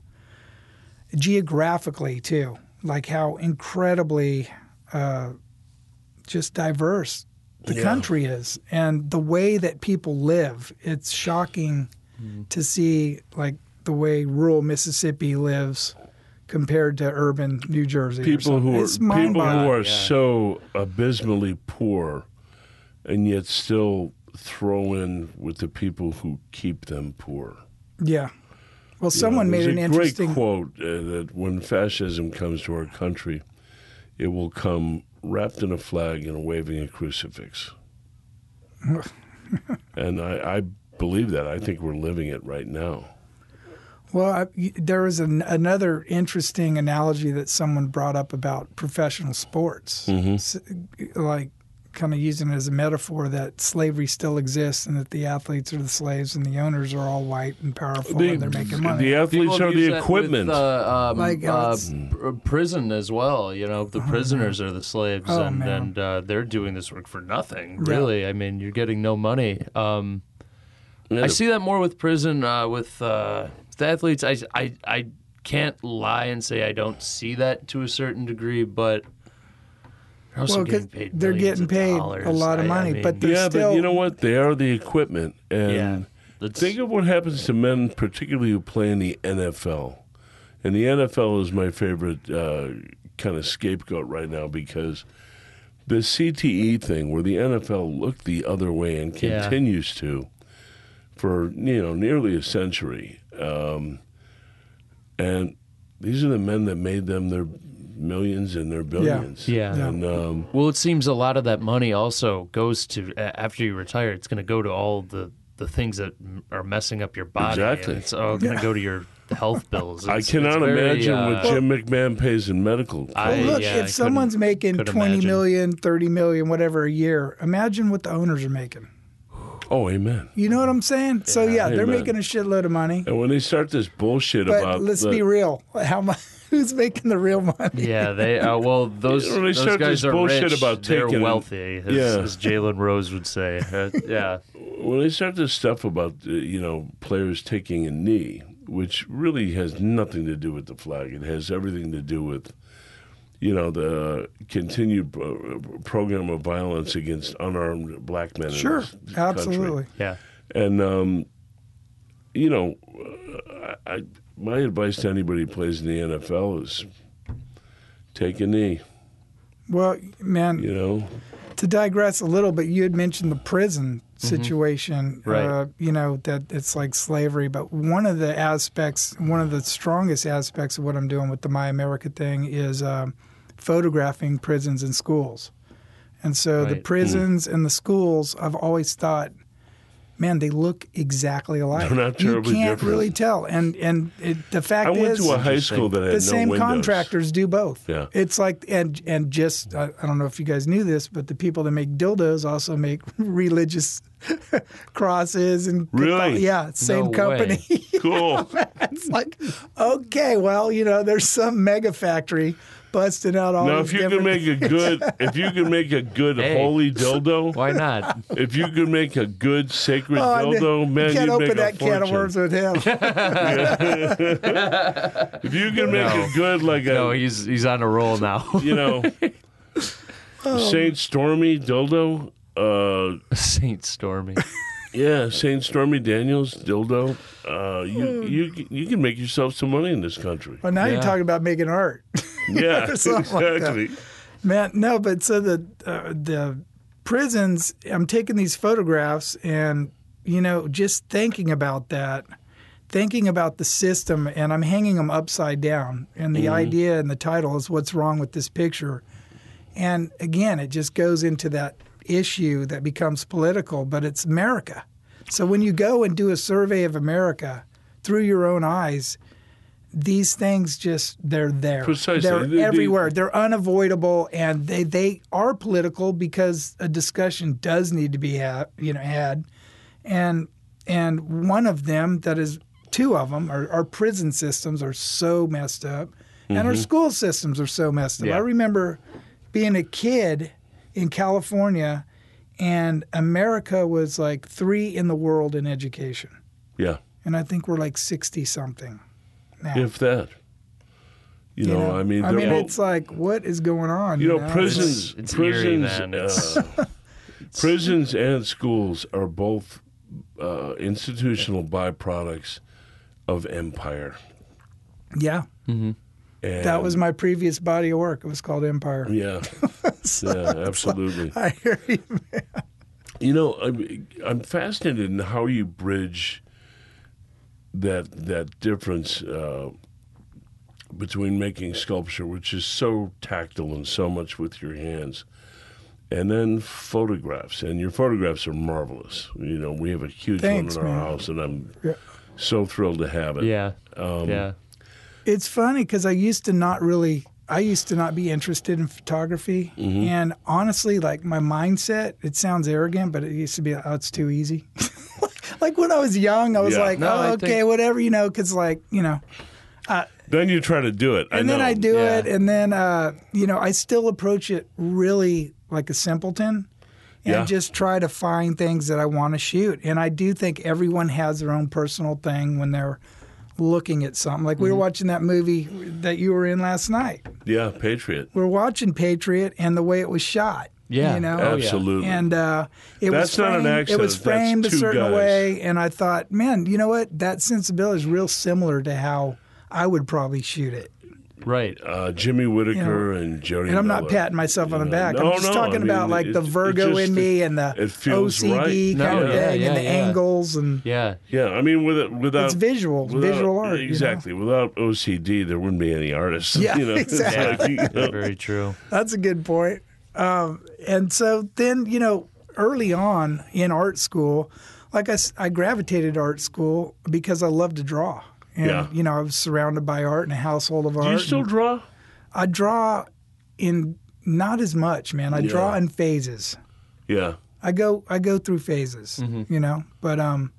S3: geographically, too, like how incredibly uh, just diverse the country is and the way that people live. It's shocking
S2: Mm-hmm.
S3: to see like the way rural Mississippi lives. Compared to urban New Jersey, or
S2: people
S3: something.
S2: who are
S3: it's
S2: people
S3: mind-boggling.
S2: who are so abysmally poor and yet still throw in with the people who keep them poor.
S3: Yeah. Well, someone
S2: There's
S3: made an
S2: a
S3: interesting.
S2: great quote uh, that when fascism comes to our country, it will come wrapped in a flag and waving a crucifix. and I, I believe that. I think we're living it right now.
S3: Well, I, there was an, another interesting analogy that someone brought up about professional sports,
S1: Mm-hmm.
S3: S- like kind of using it as a metaphor that slavery still exists and that the athletes are the slaves and the owners are all white and powerful and they're making money.
S2: the athletes
S1: People
S2: are
S1: have
S2: the
S1: used that
S2: equipment.
S1: With, uh, um,
S3: Like, uh,
S1: uh,
S3: it's-
S1: pr- prison as well. You know, the prisoners are the slaves,
S3: Oh,
S1: and
S3: man.
S1: and uh, they're doing this work for nothing.
S3: Yeah.
S1: Really, I mean, you're getting no money. Um,
S2: Yeah,
S1: I see that more with prison. Uh, with uh, the athletes, I, I I can't lie and say I don't see that to a certain degree, but. They're, also
S3: Well, 'cause
S1: getting paid
S3: they're
S1: millions
S3: getting
S1: of
S3: paid a
S1: dollars.
S3: lot of
S1: I- I
S3: money, but
S1: mean,
S3: they're
S2: yeah, but
S3: still-
S2: you know what? They are the equipment. And
S1: yeah, that's-
S2: Think of what happens to men, particularly who play in the NFL. And the NFL is my favorite uh, kind of scapegoat right now because the CTE thing, where the NFL looked the other way and
S1: Yeah.
S2: continues to for you know nearly a century, um, and these are the men that made them their millions and their billions.
S1: Yeah. Yeah.
S2: and um,
S1: Well, it seems a lot of that money also goes to a- after you retire. It's going to go to all the the things that m- are messing up your body. and
S2: Exactly.
S1: It's all going to go to your health bills.
S2: I
S1: It's-
S2: cannot
S1: it's very,
S2: imagine
S1: uh,
S2: what Jim McMahon pays in medical.
S1: I-
S2: coverage.
S3: Well, look,
S1: yeah, I
S3: if
S1: couldn't-
S3: someone's making
S1: could
S3: 20
S1: imagine.
S3: million, 30 million, whatever a year, imagine what the owners are making.
S2: oh, amen.
S3: You know what I'm saying? so, yeah, they're
S2: Amen.
S3: making a shitload of money.
S2: And when they start this bullshit
S3: But
S2: about
S3: let's
S2: the,
S3: be real. How much? Who's making the real money?
S1: Yeah, they uh, well those,
S2: When they
S1: those
S2: start
S1: guys
S2: this
S1: are
S2: bullshit
S1: rich.
S2: about
S1: They're
S2: taking-
S1: wealthy, as,
S2: Yeah.
S1: as Jalen Rose would say. Uh, yeah,
S2: when they start this stuff about uh, you know players taking a knee, which really has nothing to do with the flag. It has everything to do with you know the continued pro- uh, program of violence against unarmed black men. in
S3: Sure,
S2: this country.
S3: absolutely.
S1: yeah.
S2: And um, you know, uh, I, I, my advice to anybody who plays in the NFL is take a knee.
S3: Well, man,
S2: You know,
S3: to digress a little bit, you had mentioned the prison
S2: Mm-hmm.
S3: situation.
S1: Right.
S3: Uh, you know, that it's like slavery. But one of the aspects, one of the strongest aspects of what I'm doing with the My America thing is um, photographing prisons and schools. And so the
S1: Right.
S3: prisons and the schools, I've always thought, man, they look exactly alike.
S2: They're not terribly
S3: you can't
S2: different.
S3: really tell. And and it, the fact
S2: I went
S3: is,
S2: to a high school that had
S3: the
S2: no
S3: same
S2: windows.
S3: contractors do both.
S2: Yeah.
S3: It's like and and just I, I don't know if you guys knew this, but the people that make dildos also make religious crosses and
S2: Really?
S3: yeah, same
S1: No way.
S3: company.
S2: Cool.
S3: it's like okay, well you know there's some mega factory busting out all
S2: Now, if
S3: these
S2: you can
S3: different-
S2: make a good, if you can make a good
S1: Hey.
S2: holy dildo,
S1: Why not?
S2: if you could make a good sacred
S3: Oh, I
S2: dildo,
S3: mean,
S2: man,
S3: you can't
S2: would
S3: open
S2: make
S3: that
S2: a
S3: can
S2: fortune.
S3: of worms with him.
S2: If you can make
S1: No.
S2: a good, like a,
S1: No, he's he's on a roll now.
S2: you know,
S1: Oh.
S2: Saint Stormy dildo, uh,
S1: Saint Stormy.
S2: Yeah, Saint Stormy Daniels dildo. Uh, you
S3: Hmm.
S2: you you can make yourself some money in this country.
S3: Well, now you're talking about making art.
S2: Yeah,
S3: Something like that.
S2: exactly.
S3: Man, no, but so the uh, the prisons. I'm taking these photographs, and you know, just thinking about that, thinking about the system, and I'm hanging them upside down. And the idea and the title is "What's Wrong with This Picture," and again, it just goes into that issue that becomes political. But it's America. So when you go and do a survey of America through your own eyes, these things just they're there.
S2: Precisely.
S3: They're
S2: They- they-
S3: everywhere. They're unavoidable, and they they are political because a discussion does need to be ha- you know had, and and one of them that is two of them are our prison systems are so messed up, and our school systems are so messed up. I remember being a kid in California, and America was like three in the world in education,
S2: Yeah,
S3: and I think we're like sixty something now.
S2: if that. You, know, I mean,
S3: I
S2: they're
S3: mean,
S2: both-
S3: it's like, what is going on?
S2: you know,
S3: It's-
S2: prisons,
S1: it's
S2: prisons,
S1: eerie, man. It's-
S2: uh, prisons and schools are both uh, institutional byproducts of empire.
S3: Yeah,
S2: And
S3: that was my previous body of work. It was called Empire.
S2: yeah, yeah, absolutely.
S3: I hear you.
S2: You know, I'm, I'm fascinated in how you bridge that that difference uh, between making sculpture, which is so tactile and so much with your hands, and then photographs. And your photographs are marvelous. You know, we have a huge
S3: Thanks,
S2: one in our
S3: man.
S2: house, and I'm
S3: Yeah.
S2: so thrilled to have it.
S1: Yeah.
S2: Um,
S1: yeah.
S3: It's funny because I used to not really, I used to not be interested in photography.
S1: Mm-hmm.
S3: And honestly, like my mindset, it sounds arrogant, but it used to be, oh, it's too easy. like when I was young, I was
S2: Yeah.
S3: like,
S1: No, I
S3: oh,
S1: think-
S3: okay, whatever, you know, because like, you know,
S2: Then you try to do it,
S3: and then I do
S1: Yeah.
S3: it, and then uh, you know I still approach it really like a simpleton, and
S2: Yeah.
S3: just try to find things that I want to shoot. And I do think everyone has their own personal thing when they're looking at something. Like we
S2: Mm-hmm.
S3: were watching that movie that you were in last night.
S2: Yeah, Patriot.
S3: We were watching Patriot and the way it was shot.
S1: Yeah.
S3: you know,
S1: Oh, yeah.
S2: Absolutely.
S3: and uh, it
S2: That's
S3: was
S2: not an
S3: framed,
S2: accident.
S3: It was
S2: That's
S3: framed
S2: two
S3: a certain
S2: guys.
S3: way, and I thought, man, you know what? That sensibility is real similar to how I would probably shoot it.
S1: Right.
S2: uh, Jimmy Whitaker and Jody.
S3: And I'm not
S2: Miller.
S3: patting myself on the
S2: Yeah.
S3: back.
S2: uh, No,
S3: I'm just
S2: no,
S3: talking
S2: I mean,
S3: about like
S2: it-
S3: the
S2: it
S3: Virgo
S2: just-
S3: in me and the
S2: it feels
S3: OCD
S2: right.
S3: kind
S1: No,
S3: of
S1: yeah,
S3: thing and
S1: yeah,
S3: the
S1: yeah.
S3: angles and
S1: Yeah.
S2: Yeah, I mean, with, without
S3: it's visual,
S2: without-
S3: visual art. you know?
S2: Exactly. Without OCD, there wouldn't be any artists.
S3: Yeah,
S2: you know? It's
S3: exactly.
S2: like, you know,
S1: Very true.
S3: That's a good point. Um, and so then, you know, early on in art school, like I, s- I gravitated to art school because I love to draw. And,
S2: Yeah.
S3: you know, I was surrounded by art and a household of art.
S2: Do you
S3: and-
S2: still draw?
S3: I draw in not as much, man. I draw
S2: Yeah.
S3: in phases.
S2: Yeah.
S3: I go I go through phases,
S2: Mm-hmm.
S3: you know. But um,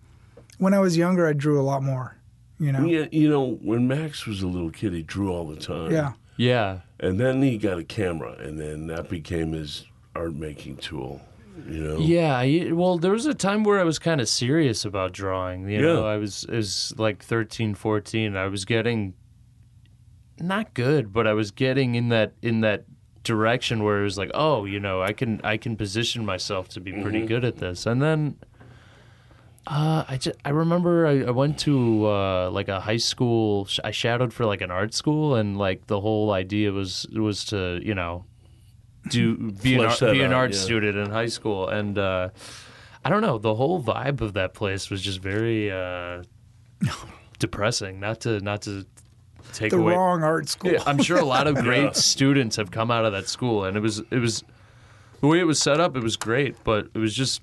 S3: when I was younger, I drew a lot more, you know.
S2: yeah. You know, when Max was a little kid, he drew all the time.
S3: Yeah.
S1: Yeah.
S2: And then he got a camera, and then that became his art making tool. You know.
S1: Yeah, I- well, there was a time where I was kind of serious about drawing. You know,
S2: Yeah.
S1: I was it was like 13, 14. I was getting not good, but I was getting in that in that direction where it was like, oh, you know, I can I can position myself to be pretty good at this. And then uh, I just I remember I, I went to uh, like a high school. Sh- I shadowed for like an art school, and like the whole idea was was to you know do be an
S2: Flesh
S1: art,
S2: that
S1: be an
S2: out,
S1: art
S2: yeah.
S1: student in high school, and uh, I don't know. The whole vibe of that place was just very uh, depressing. Not to not to take
S3: The
S1: away.
S3: wrong art school.
S1: Yeah, I'm sure a lot of great students have come out of that school, and it was it was the way it was set up. It was great, but it was just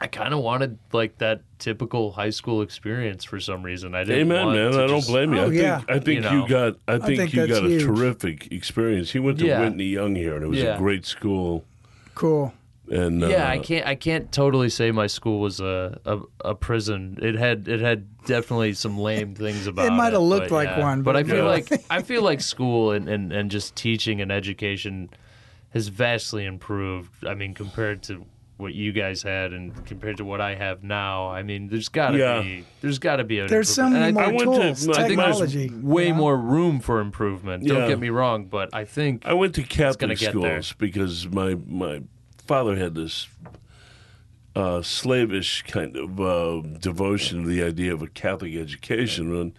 S1: I kind of wanted like that typical high school experience for some reason. I didn't.
S2: Amen,
S1: want
S2: man.
S1: to
S2: I don't
S1: just-
S2: blame you.
S3: Oh,
S2: I think
S3: yeah.
S2: I think you,
S1: You know.
S2: got I think,
S3: think
S2: you
S3: that's
S2: got a
S3: huge.
S2: terrific experience. He went to
S1: Yeah.
S2: Whitney Young here, and it was a
S1: Yeah.
S2: great school.
S3: cool.
S2: And
S1: Yeah,
S2: uh,
S1: I can't. I can't totally say my school was a, a, a prison. It had it had definitely some lame things about it.
S3: might have looked
S1: but
S3: like
S1: yeah.
S3: one,
S1: but,
S3: but
S1: I feel
S2: yeah.
S1: like I feel like school and, and, and just teaching and education has vastly improved. I mean, compared to what you guys had and compared to what I have now. I mean, there's gotta
S2: Yeah.
S1: be there's gotta be an
S3: There's so
S1: improvement.
S3: many
S1: And I-
S3: more
S2: I went to-
S3: tools,
S2: I think there's
S3: technology.
S1: way
S3: you know?
S1: more room for improvement. Don't
S2: Yeah.
S1: get me wrong, but I think
S2: I went to
S1: gonna
S2: Catholic
S1: get there.
S2: schools because my my father had this uh, slavish kind of uh, devotion to the idea of a Catholic education, and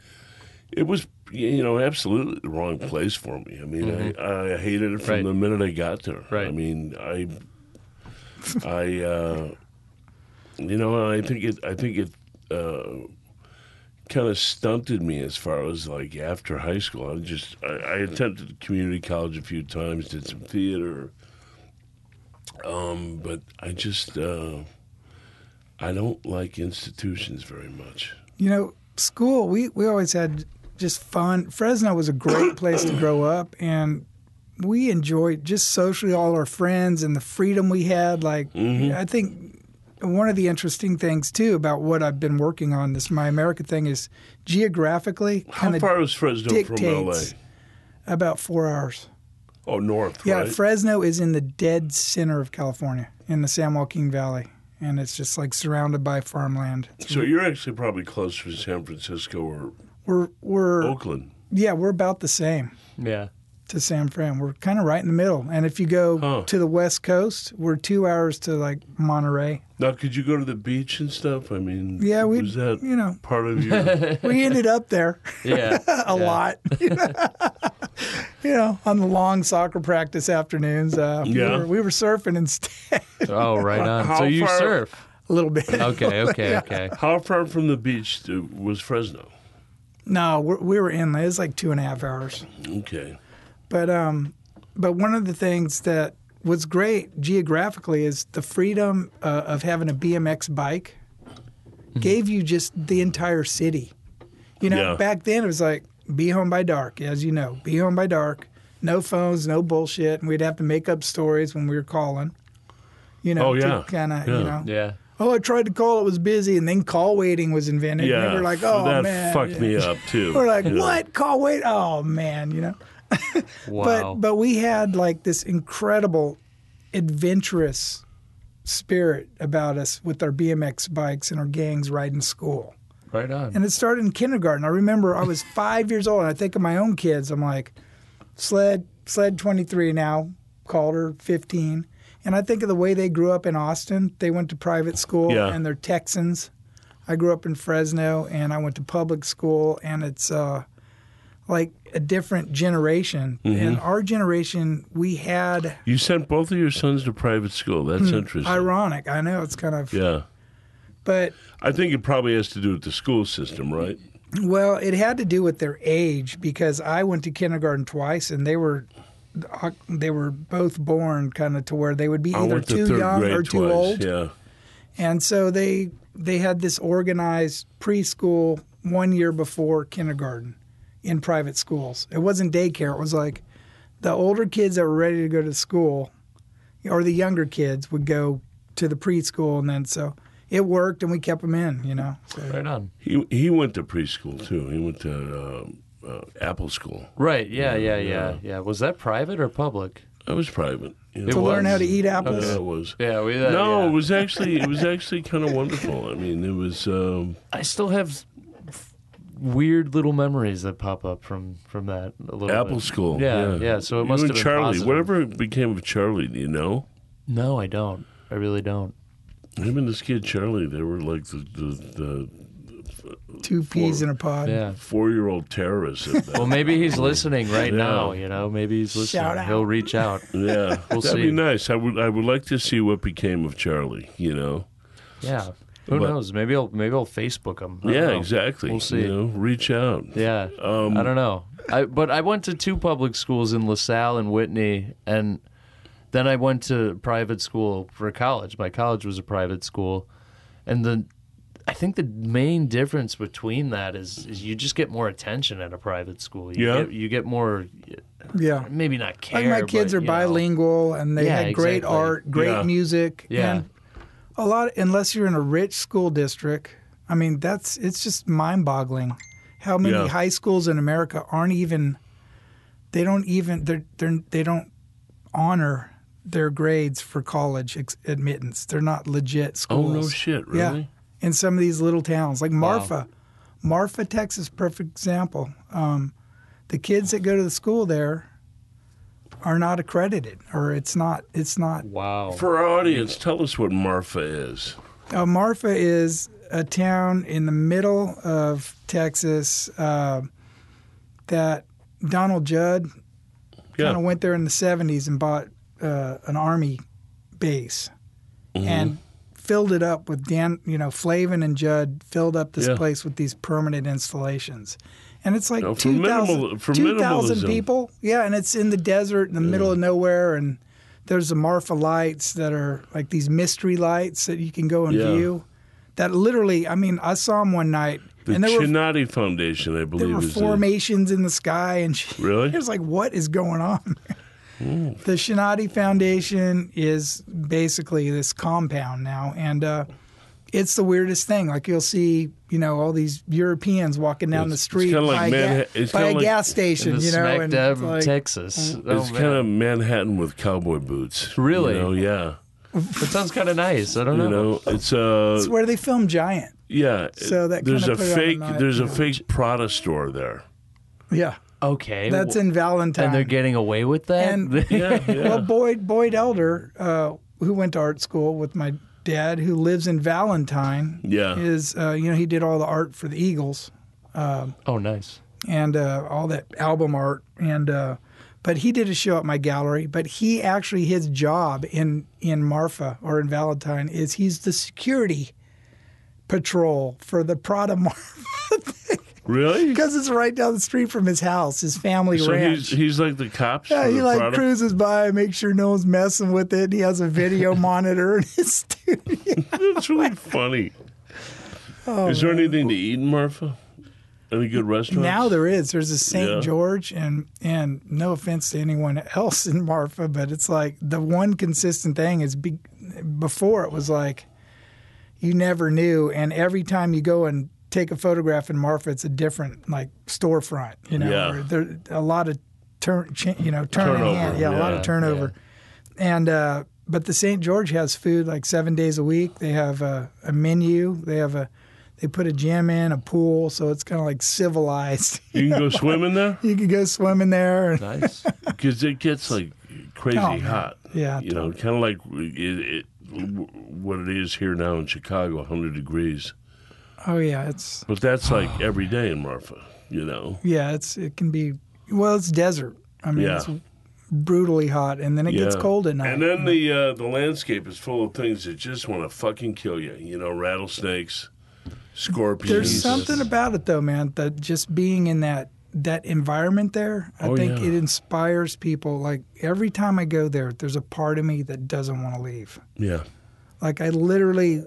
S2: it was you know absolutely the wrong place for me. I mean, I, I hated it from
S1: Mm-hmm. Right.
S2: the minute I got there.
S1: Right.
S2: I mean, I, I, uh, you know, I think it. I think it. Uh, Kind of stunted me as far as like after high school. I just I, I attended community college a few times, did some theater, um, but I just uh, I don't like institutions very much.
S3: You know, school, we, we always had just fun. Fresno was a great place to grow up, and we enjoyed just socially all our friends and the freedom we had. Like,
S2: Mm-hmm.
S3: I think one of the interesting things, too, about what I've been working on this My America thing is geographically
S2: How
S3: kind
S2: far
S3: of
S2: is Fresno from LA?
S3: dictates about four hours.
S2: Oh, north.
S3: Yeah,
S2: right?
S3: Fresno is in the dead center of California in the San Joaquin Valley, and it's just like surrounded by farmland.
S2: so you're actually probably closer to San Francisco or
S3: We're we're
S2: Oakland.
S3: yeah, we're about the same
S1: Yeah.
S3: to San Fran. We're kind of right in the middle. And if you go
S2: Huh.
S3: to the West Coast, we're two hours to like Monterey.
S2: Now, could you go to the beach and stuff? I mean,
S3: Yeah, we
S2: was that
S3: you know
S2: part of your.
S3: we ended up there
S1: Yeah.
S3: a lot. you know, on the long soccer practice afternoons, uh,
S2: Yeah.
S3: we, were, we were surfing instead
S1: Oh, right on.
S2: How
S1: so you
S2: far-
S1: surf.
S3: a little bit.
S1: Okay, okay, okay.
S2: How far from the beach to, was Fresno?
S3: No, we're, we were inland. It's like two and a half hours.
S2: Okay.
S3: But um, but one of the things that was great geographically is the freedom uh, of having a BMX bike gave you just the entire city. You know,
S2: Mm-hmm. Yeah.
S3: back then it was like be home by dark, as you know, be home by dark. No phones, no bullshit, and we'd have to make up stories when we were calling. You know,
S2: Oh, yeah.
S3: to kind of
S2: Yeah.
S3: you know.
S1: Yeah.
S3: Oh, I tried to call, it was busy, and then call waiting was invented.
S2: Yeah.
S3: and we were like, oh
S2: that
S3: man,
S2: fucked me up too.
S3: We're like,
S2: you know.
S3: what? Call wait? Oh man, you know
S1: Wow.
S3: but but we had like this incredible adventurous spirit about us with our BMX bikes and our gangs riding school.
S1: right on.
S3: And it started in kindergarten. I remember I was 5 years old and I think of my own kids. I'm like sled sled 23 now, Calder 15. And I think of the way they grew up in Austin. They went to private school
S2: Yeah.
S3: and they're Texans. I grew up in Fresno and I went to public school and it's uh like a different generation. And
S2: Mm-hmm.
S3: our generation, we had
S2: You sent both of your sons to private school. That's interesting.
S3: ironic. Hmm. I know it's kind of,
S2: yeah.
S3: but
S2: I think it probably has to do with the school system, right?
S3: well, it had to do with their age because I went to kindergarten twice, and they were uh, they were both born kind of to where they would be
S2: I
S3: either
S2: went to
S3: too
S2: third
S3: young
S2: grade
S3: or too
S2: twice.
S3: old.
S2: Yeah.
S3: And so they they had this organized preschool one year before kindergarten in private schools. It wasn't daycare. It was like the older kids that were ready to go to school or the younger kids would go to the preschool and then so it worked and we kept them in, you know. So,
S1: right on.
S2: He he went to preschool too. He went to um uh, Apple School.
S1: Right. Yeah, yeah, yeah, yeah. Was that private or public?
S2: I was private. Yeah,
S1: It
S3: to learn
S1: was.
S3: how to eat apples.
S2: yeah, it was.
S1: Yeah, we uh,
S2: No,
S1: yeah.
S2: it was actually it was actually kind of wonderful. I mean, it was. Um,
S1: I still have f- weird little memories that pop up from from that a little
S2: Apple
S1: bit.
S2: School.
S1: Yeah, yeah, so it
S2: You
S1: must
S2: and
S1: have been
S2: Charlie.
S1: positive.
S2: Whatever became of Charlie, do you know?
S1: No, I don't. I really don't.
S2: Him and this kid Charlie, they were like the the,
S3: Two peas in a pod.
S1: Yeah.
S2: the four year old terrorists. at that-
S1: Well, maybe he's listening right
S2: Yeah.
S1: now, you know. Maybe he's listening.
S3: Shout out.
S1: He'll reach out.
S2: yeah,
S1: We'll
S2: that'd
S1: see.
S2: be nice. I would I would like to see what became of Charlie. You know.
S1: Yeah. Who
S2: But-
S1: knows? Maybe I'll maybe I'll Facebook him. I don't
S2: Yeah,
S1: know.
S2: exactly.
S1: We'll see.
S2: You know, reach out.
S1: Yeah.
S2: Um,
S1: I don't know. I but I went to two public schools in LaSalle and Whitney and then I went to private school for college. My college was a private school. And the I think the main difference between that is, is you just get more attention at a private school. You
S2: Yeah.
S1: get, you get more
S3: Yeah.
S1: maybe not care.
S3: Like my kids
S1: but,
S3: are
S1: you know.
S3: bilingual and they
S1: Yeah,
S3: had great
S1: exactly.
S3: art, great
S2: Yeah.
S3: music.
S1: Yeah.
S3: And a lot unless you're in a rich school district. I mean, that's it's just mind boggling how many
S2: Yeah.
S3: high schools in America aren't even they don't even they're, they're they don't honor their grades for college ex- admittance. They're not legit
S2: Oh
S3: schools.
S2: no, shit! Really?
S3: Yeah. In some of these little towns, like Marfa. Marfa, Texas, perfect example. Um, the kids that go to the school there are not accredited, or it's not it's not.
S1: Wow.
S2: For our audience, tell us what Marfa is.
S3: Uh, Marfa is a town in the middle of Texas uh, that Donald Judd kind of went there in the 70s and bought uh, an army base
S2: Mm-hmm.
S3: and filled it up with Dan, you know, Flavin and Judd filled up this
S2: Yeah.
S3: place with these permanent installations. And it's like
S2: Oh, for
S3: 2,000
S2: minimal- for
S3: 2,000
S2: minimalism. Mm.
S3: people. Yeah, and it's in the desert in the middle of nowhere. And there's the Marfa lights that are like these mystery lights that you can go and
S2: Yeah.
S3: view. That literally, I mean, I saw them one night.
S2: The
S3: and there were
S2: Chinati Foundation, I believe,
S3: there were
S2: is the-
S3: formations in the sky and shit.
S2: Really? Hmm.
S3: It was like, what is going on? The Shinati Foundation is basically this compound now, and uh, it's the weirdest thing. Like you'll see, you know, all these Europeans walking down the
S2: It's- it's
S3: street
S2: kinda like
S3: by, a,
S2: Manha-
S3: ga-
S2: it's
S3: by
S2: kinda
S3: a
S2: like-
S3: gas
S1: In
S3: station,
S1: the
S3: you know,
S1: smack
S3: and
S1: dab
S3: it's
S1: of
S3: like- uh,
S1: Texas. Oh,
S2: It's
S1: man.
S2: kind of Manhattan with cowboy boots.
S1: Really?
S2: You know, yeah.
S1: That sounds kind of nice. I don't
S2: You
S1: know.
S2: know, it's uh,
S3: it's where they film Giant.
S2: yeah.
S3: So that
S2: there's
S3: kinda
S2: a
S3: put it on
S2: fake
S3: the map,
S2: there's
S3: you
S2: a
S3: know.
S2: fake Prada store there.
S3: Yeah,
S1: Okay.
S3: that's
S1: wh-
S3: in Valentine.
S1: And they're getting away with that.
S3: And-
S2: Yeah, yeah.
S3: Well, Boyd Boyd Elder, uh, who went to art school with my dad, who lives in Valentine,
S2: Yeah.
S3: is uh, you know he did all the art for the Eagles
S1: oh, nice.
S3: and uh, all that album art and uh, but he did a show at my gallery. But he actually his job in in Marfa or in Valentine is he's the security patrol for the Prada Marfa
S2: really?
S3: because it's right down the street from his house, his family
S2: So
S3: ranch.
S2: he's he's like the cops.
S3: Yeah,
S2: for
S3: he
S2: the
S3: like
S2: Prada?
S3: cruises by, makes sure no one's messing with it. He has a video monitor in his studio.
S2: That's really funny.
S3: Oh,
S2: is there anything to eat in Marfa? Any good restaurants?
S3: Now there is. There's a St.
S2: Yeah.
S3: George, and and no offense to anyone else in Marfa, but it's like the one consistent thing is be, before it was like you never knew, and every time you go and take a photograph in Marfa, it's a different like storefront. You know,
S2: Yeah.
S3: or there a lot of turn, cha- you know, turn
S2: Turnover,
S3: in hand. Yeah, a lot
S2: yeah,
S3: of turnover. and uh, but the St. George has food like seven days a week. They have a, a menu. They have a they put a gym in, a pool, so it's kind of like civilized.
S2: you can go swimming there
S3: you could go swimming there. and-
S1: Nice.
S2: because it gets like crazy
S3: Oh, man.
S2: hot.
S3: Yeah,
S2: you know, kind of like it, it, what it is here now in Chicago, 100 degrees.
S3: Oh yeah, it's
S2: But that's like every day in Marfa. You know,
S3: yeah, it's it can be well, it's desert. I mean,
S2: Yeah.
S3: it's brutally hot, and then it gets
S2: Yeah.
S3: cold at night. Mm-hmm.
S2: And then the uh, the landscape is full of things that just want to fucking kill you. You know, rattlesnakes, scorpions.
S3: There's something about it though, man. That just being in that that environment there, I
S2: Oh,
S3: think
S2: yeah.
S3: it inspires people. Like every time I go there, there's a part of me that doesn't want to leave.
S2: Yeah,
S3: Like I literally,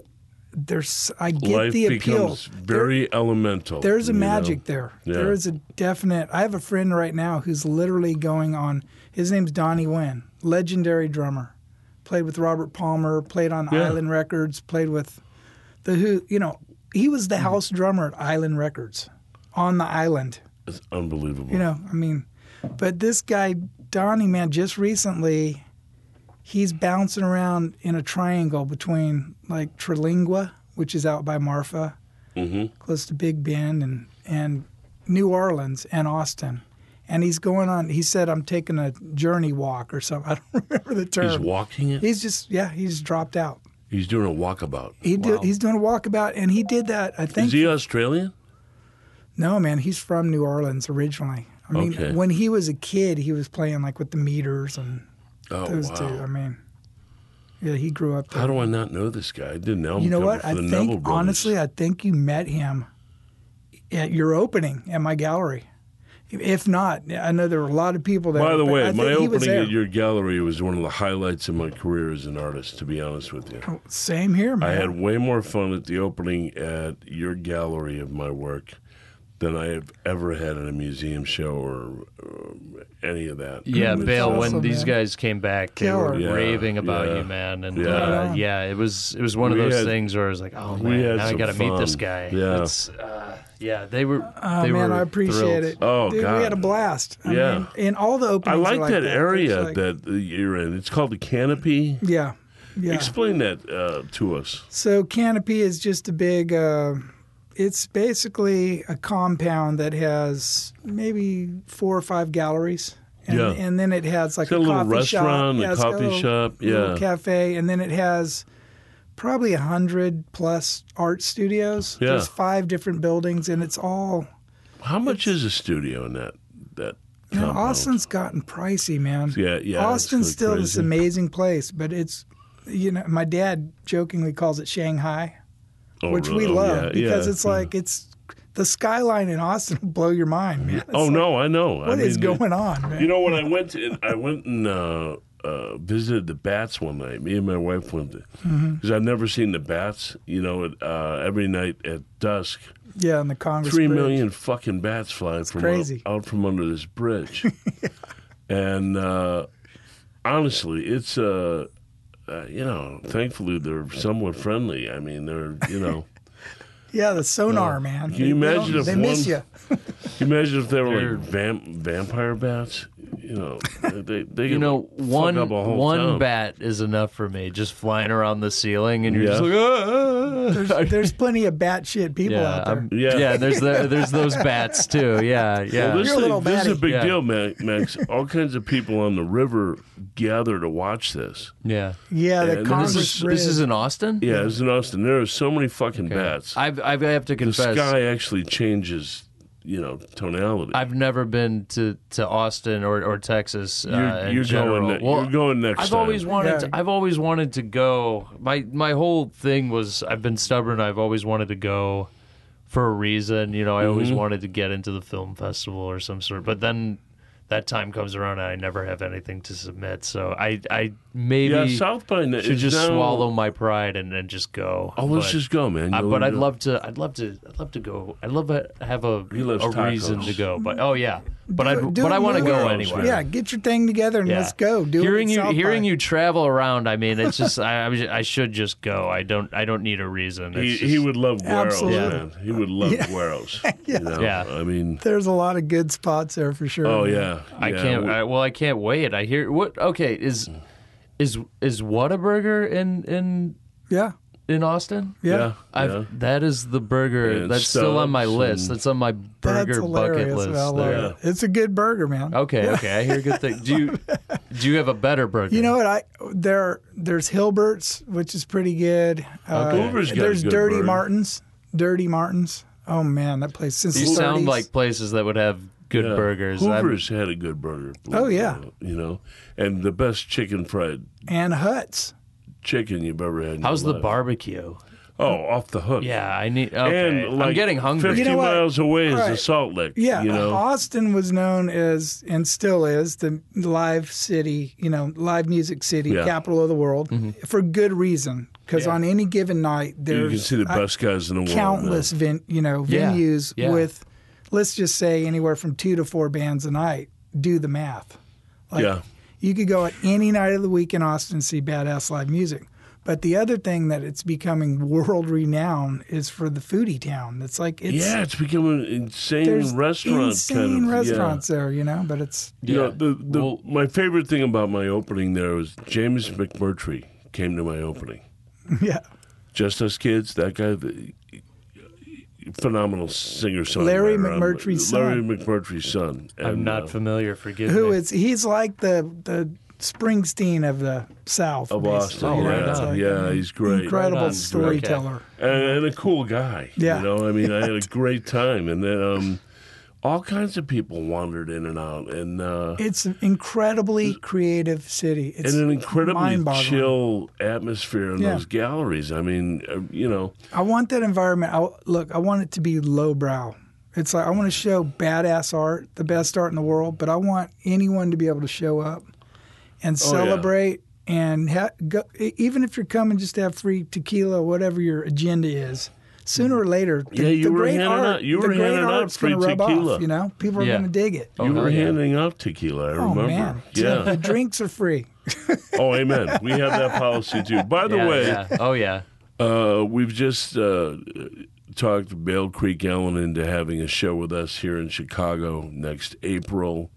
S3: there's I get
S2: life
S3: the appeal.
S2: becomes very elemental.
S3: There's a
S2: you know?
S3: magic there.
S2: Yeah.
S3: There is a definite. I have a friend right now who's literally going on. His name's Donnie Wynn, legendary drummer. Played with Robert Palmer, played on
S2: Yeah.
S3: Island Records, played with the Who. You know, he was
S2: Hmm.
S3: the house drummer at Island Records on the island.
S2: It's unbelievable.
S3: You know, I mean, but this guy, Donnie, man, just recently, he's bouncing around in a triangle between like Trilingua, which is out by Marfa,
S2: Mm-hmm.
S3: close to Big Bend, and, and New Orleans and Austin. And he's going on, he said, I'm taking a journey walk or something. I don't remember the term.
S2: He's walking it.
S3: He's just, yeah, he's dropped out.
S2: He's doing a walkabout.
S3: He do, he's doing a walkabout, and he did that, I think,
S2: Is he Australian?
S3: No, man, he's from New Orleans originally. I mean,
S2: Okay.
S3: when he was a kid, he was playing like with the meters and
S2: Oh
S3: those
S2: wow!
S3: two. I mean, yeah, he grew up there.
S2: How do I not know this guy? I didn't know.
S3: you know what?
S2: For
S3: I
S2: the Neville
S3: think
S2: brothers.
S3: honestly, I think you met him at your opening at my gallery. If not, I know there were a lot of people there.
S2: By the
S3: but I
S2: way,
S3: think
S2: my
S3: he was
S2: opening
S3: there.
S2: at your gallery was one of the highlights of my career as an artist. To be honest with you,
S3: Oh, same here, man.
S2: I had way more fun at the opening at your gallery of my work than I have ever had at a museum show or, um any of that.
S1: Yeah,
S2: It's
S1: Bale.
S2: just-
S1: When
S3: awesome,
S1: these
S3: man.
S1: guys came back, they
S3: Killer.
S1: were
S2: Yeah,
S1: raving about
S2: yeah.
S1: you, man. And
S2: Yeah.
S1: yeah.
S3: Right
S1: Uh,
S3: on.
S1: yeah, it was it was one of
S2: We
S1: those
S2: had-
S1: things where I was like, oh
S2: we
S1: man,
S2: had
S1: now I
S2: some
S1: got to meet this
S2: fun.
S1: guy.
S2: Yeah.
S1: That's, uh, yeah, they were.
S3: Oh,
S1: they
S3: man,
S1: were
S3: I appreciate
S1: thrilled.
S3: it.
S2: Oh,
S3: Dude,
S2: God.
S3: we had a blast. I
S2: Yeah.
S3: mean, and all the
S2: I
S3: openings. are
S2: like,
S3: like
S2: that, area
S3: It's like-
S2: that you're in. It's called the Canopy.
S3: yeah, yeah.
S2: Explain that uh, to us.
S3: So canopy is just a big. Uh, it's basically a compound that has maybe four or five galleries, and,
S2: Yeah.
S3: and then it has like
S2: got a little
S3: coffee
S2: restaurant,
S3: shop.
S2: a
S3: Yeah, it's got
S2: coffee
S3: little-
S2: shop,
S3: little
S2: yeah.
S3: cafe, and then it has probably a hundred plus art studios.
S2: Yeah.
S3: There's five different buildings, and it's all.
S2: How much is a studio in that? That
S3: You know,
S2: compound?
S3: Austin's gotten pricey, man.
S2: Yeah, yeah, it's
S3: Austin's
S2: really
S3: still this
S2: crazy.
S3: amazing place, but it's, you know, my dad jokingly calls it Shanghai.
S2: Oh,
S3: which
S2: really?
S3: we
S2: Oh,
S3: love
S2: yeah,
S3: because
S2: yeah.
S3: it's like it's the skyline in Austin will blow your mind, man. It's
S2: oh
S3: like,
S2: no, I know.
S3: what is going on, man?
S2: You know when I went to, I went and uh, uh, visited the bats one night. Me and my wife went because
S3: Mm-hmm.
S2: I've never seen the bats. You know, at, uh, every night at dusk,
S3: yeah, in the Congress.
S2: three
S3: Bridge.
S2: million fucking bats fly from out-
S3: crazy.
S2: Out, from under this bridge, and uh, honestly, it's uh, uh, you know, thankfully they're somewhat friendly. I mean, they're you know.
S3: Yeah, the sonar, man.
S2: Oh, Can you
S3: They- they
S2: imagine
S3: don't-
S2: if
S3: they miss
S2: one-
S3: you?
S2: Can you imagine if they were like vamp, vampire bats? You know, they, they
S1: You
S2: could
S1: know,
S2: fuck
S1: one
S2: up a whole
S1: one
S2: town.
S1: bat is enough for me. Just flying around the ceiling, and you're
S2: Yeah.
S1: just like,
S3: There's, there's plenty of batshit people
S1: yeah,
S3: out there.
S1: I'm-
S2: Yeah.
S1: yeah. there's the, there's those bats too. Yeah, yeah.
S2: Well, this,
S3: You're a
S2: thing-
S3: little
S2: this is a
S3: batty.
S2: big
S1: Yeah.
S2: deal, Ma- Max. All kinds of people on the river gather to watch this.
S1: yeah.
S3: yeah,
S2: Yeah, and
S3: the
S2: this
S1: This
S3: Congress
S1: is
S3: Bridge.
S1: this is in Austin.
S2: Yeah, it's in Austin. There are so many fucking bats.
S1: I've, I've I have to
S2: the
S1: confess.
S2: sky actually changes, you know, tonality.
S1: I've never been to, to Austin or, or Texas.
S2: you're,
S1: uh, in
S2: you're
S1: general.
S2: going. Ne-
S1: Well,
S2: you're going next.
S1: I've
S2: time.
S1: always wanted.
S3: Yeah.
S1: To, I've always wanted to go. My my whole thing was I've been stubborn. I've always wanted to go for a reason. You know, I always
S2: Mm-hmm.
S1: wanted to get into the film festival or some sort. But then that time comes around, and I never have anything to submit. So I I maybe
S2: Yeah, South by Night
S1: should
S2: is
S1: just
S2: now-
S1: swallow my pride and then just go.
S2: Oh, let's
S1: But-
S2: just go, man.
S1: I,
S2: You'll-
S1: but I'd
S2: you'll-
S1: love to. I'd love to. I'd love to go. I'd love to have a,
S2: He loves
S1: a reason
S2: tacos.
S1: to go. But oh yeah. But I
S3: Do it- do
S1: but
S3: it
S1: I want to
S3: nowhere.
S1: go anyway.
S3: Yeah, get your thing together and
S1: Yeah.
S3: let's go. Do
S1: hearing
S3: it
S1: you
S3: in South
S1: hearing
S3: by.
S1: you travel around. I mean, it's just I I, was- I should just go. I don't I don't need a reason. It's
S2: He,
S1: just-
S2: he would love Gueros,
S3: Absolutely.
S2: man. He would love yeah. You know?
S1: Yeah.
S2: I mean,
S3: There's a lot of good spots there for sure.
S2: oh
S3: man.
S2: yeah.
S1: I
S2: yeah,
S1: can't.
S2: we-
S1: I, well, I can't wait. I hear what. Okay, is is is Whataburger in in
S3: yeah,
S1: in Austin?
S3: yeah.
S2: yeah.
S1: I've,
S2: yeah.
S1: That is the burger
S2: And
S1: that's still on my
S2: Stubbs
S1: list.
S2: and-
S1: That's on my
S3: That's
S1: burger bucket
S3: hilarious.
S1: list.
S3: man. I love
S1: there.
S3: it. It's a good burger, man.
S1: Okay, okay, I hear good things. Do you do you have a better burger?
S3: You know what? I there there's Hilbert's, which is pretty good. Uh,
S2: Hoover's got a
S3: there's
S2: good
S3: Dirty
S2: burger.
S3: Martins. Dirty Martins. Oh man, that place since
S1: you
S3: the
S1: sound
S3: 30s.
S1: like places that would have good
S2: Yeah.
S1: burgers. I'm-
S2: Hoover's had a good burger. Uh,
S3: Oh, yeah.
S2: you know, and the best chicken fried
S3: and Huts.
S2: chicken you've ever had. in
S1: how's
S2: your
S1: the
S2: life.
S1: barbecue?
S2: Oh, off the hook.
S1: Yeah, I need. Okay,
S2: And like
S1: I'm getting hungry.
S2: Fifty
S3: You know what?
S2: miles away is
S3: All
S2: the
S3: right.
S2: Salt Lick.
S3: Yeah, uh,
S2: you know.
S3: Austin was known as and still is the live city. You know, live music city,
S2: Yeah. Mm-hmm.
S3: capital of the world, for good reason. Because on any given night, there's
S2: you can see the
S3: uh,
S2: best guys in the world. man.
S3: countless ven- you know
S1: Yeah,
S3: venues
S1: yeah.
S3: with, let's just say anywhere from two to four bands a night. Do the math. Like,
S2: yeah.
S3: You could go at any night of the week in Austin and see badass live music. But the other thing that it's becoming world renowned is for the foodie town. It's like it's
S2: yeah, it's become an
S3: there's
S2: insane restaurant
S3: insane
S2: kind of
S3: restaurants there, you know. But it's
S2: Yeah. You know,
S1: Yeah.
S2: the, the,
S1: Well-
S2: my favorite thing about my opening there was James McMurtry came to my opening.
S3: yeah,
S2: Just Us Kids, that guy, the, phenomenal singer songwriter. um,
S3: Larry McMurtry's
S2: Larry
S3: son.
S2: McMurtry's son.
S1: I'm
S2: And,
S1: not
S2: uh,
S1: familiar. Forgive
S3: who
S1: me.
S3: is he's like the the Springsteen of the South
S2: of
S3: basically,
S2: Austin.
S1: Oh,
S3: you know,
S1: right
S2: yeah,
S3: it's like
S2: yeah,
S3: an
S2: he's great.
S3: incredible
S1: Right on.
S3: storyteller.
S2: and, and a cool guy.
S3: Yeah.
S2: you know, I mean, I had a great time, and then um, all kinds of people wandered in and out, and uh,
S3: It's an incredibly creative city. It's
S2: and an incredibly
S3: mind-boggling.
S2: chill atmosphere in
S3: Yeah.
S2: those galleries. I mean, uh, you know,
S3: I want that environment. I, look, I want it to be lowbrow. It's like I want to show badass art, the best art in the world, but I want anyone to be able to show up and
S2: Oh, yeah.
S3: celebrate. And ha- go, e- even if you're coming just to have free tequila, whatever your agenda is, sooner or later, the,
S2: Yeah, you
S3: the
S2: were
S3: great
S2: handing
S3: art,
S2: out- you
S3: the
S2: were
S3: great
S2: handing out
S3: art's
S2: free
S3: gonna rub
S2: tequila.
S3: off. You know, people are
S1: Yeah.
S3: going to dig it.
S1: Oh,
S2: you
S1: hell
S2: were
S1: yeah.
S2: handing out tequila. I
S3: Oh
S2: remember.
S3: man, the
S2: Yeah.
S3: drinks are free.
S2: oh, amen. We have that policy too. By the
S1: Yeah,
S2: way,
S1: yeah. Oh yeah.
S2: Uh, we've just uh, talked Bale Creek Ellen into having a show with us here in Chicago next April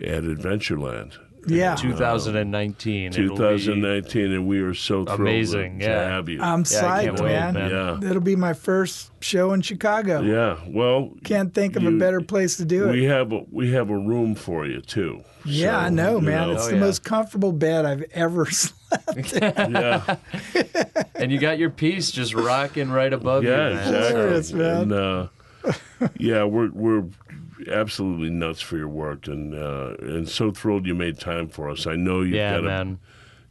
S2: at Adventureland.
S3: Yeah.
S1: 2019. It'll be-
S2: 2019, and we are so thrilled
S1: Amazing,
S2: to
S1: yeah.
S2: have you.
S3: I'm
S1: Yeah, I can't
S3: psyched,
S1: wait,
S3: man.
S1: man.
S2: yeah,
S3: That'll be my first show in Chicago.
S2: yeah. Well,
S3: Can't think of
S2: You-
S3: a better place to do it.
S2: we have a, we have a room for you too.
S3: yeah,
S2: So,
S3: I know,
S2: you
S3: man.
S2: know,
S3: It's
S1: Oh,
S3: the
S1: yeah.
S3: most comfortable bed I've ever slept.
S2: yeah,
S1: and you got your piece just rocking right above
S2: yeah,
S1: you. man.
S2: exactly.
S3: Hilarious, man.
S2: And, uh, yeah, we're we're absolutely nuts for your work, and uh, and so thrilled you made time for us. I know you've
S1: Yeah,
S2: got a
S1: man.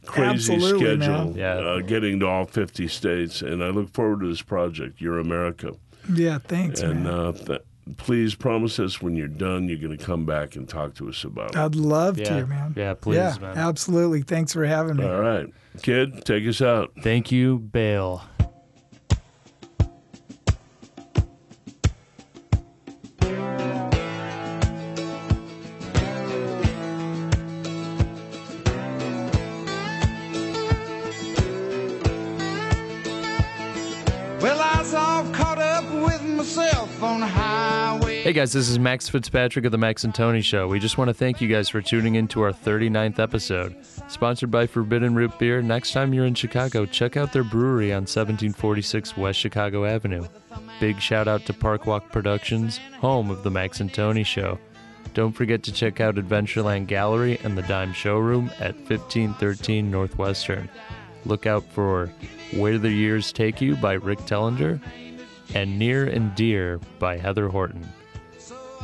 S2: crazy
S3: Absolutely,
S2: schedule
S1: man. Yeah.
S2: uh, getting to all 50 states and i look forward to this project your america
S3: Yeah, thanks,
S2: and
S3: man.
S2: uh, th- please promise us when you're done you're going to come back and talk to us about it
S3: I'd love
S1: Yeah.
S3: to, man.
S1: Yeah, please,
S3: yeah,
S1: man.
S3: absolutely. Thanks for having me.
S2: all right kid take us out
S1: Thank you, Bale.
S5: Well, I was all caught up with myself on the highway.
S1: Hey guys, this is Max Fitzpatrick of the Max and Tony Show. We just want to thank you guys for tuning in to our 39th episode. Sponsored by Forbidden Root Beer, next time you're in Chicago, check out their brewery on 1746 West Chicago Avenue. Big shout out to Parkwalk Productions, home of the Max and Tony Show. Don't forget to check out Adventureland Gallery and the Dime Showroom at 1513 Northwestern. Look out for Where the Years Take You by Rick Tellinger and Near and Dear by Heather Horton.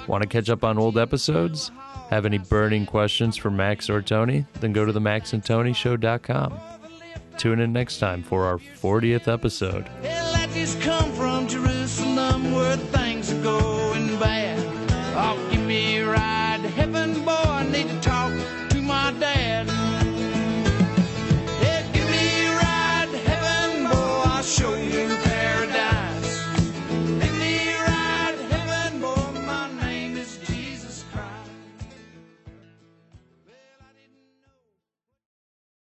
S1: Want to catch up on old episodes? Have any burning questions for Max or Tony? Then go to the maxandtonyshow.com. Tune in next time for our 40th episode.
S5: Hell, I just come from Jerusalem where things are going bad. Oh, give me a ride to heaven, boy.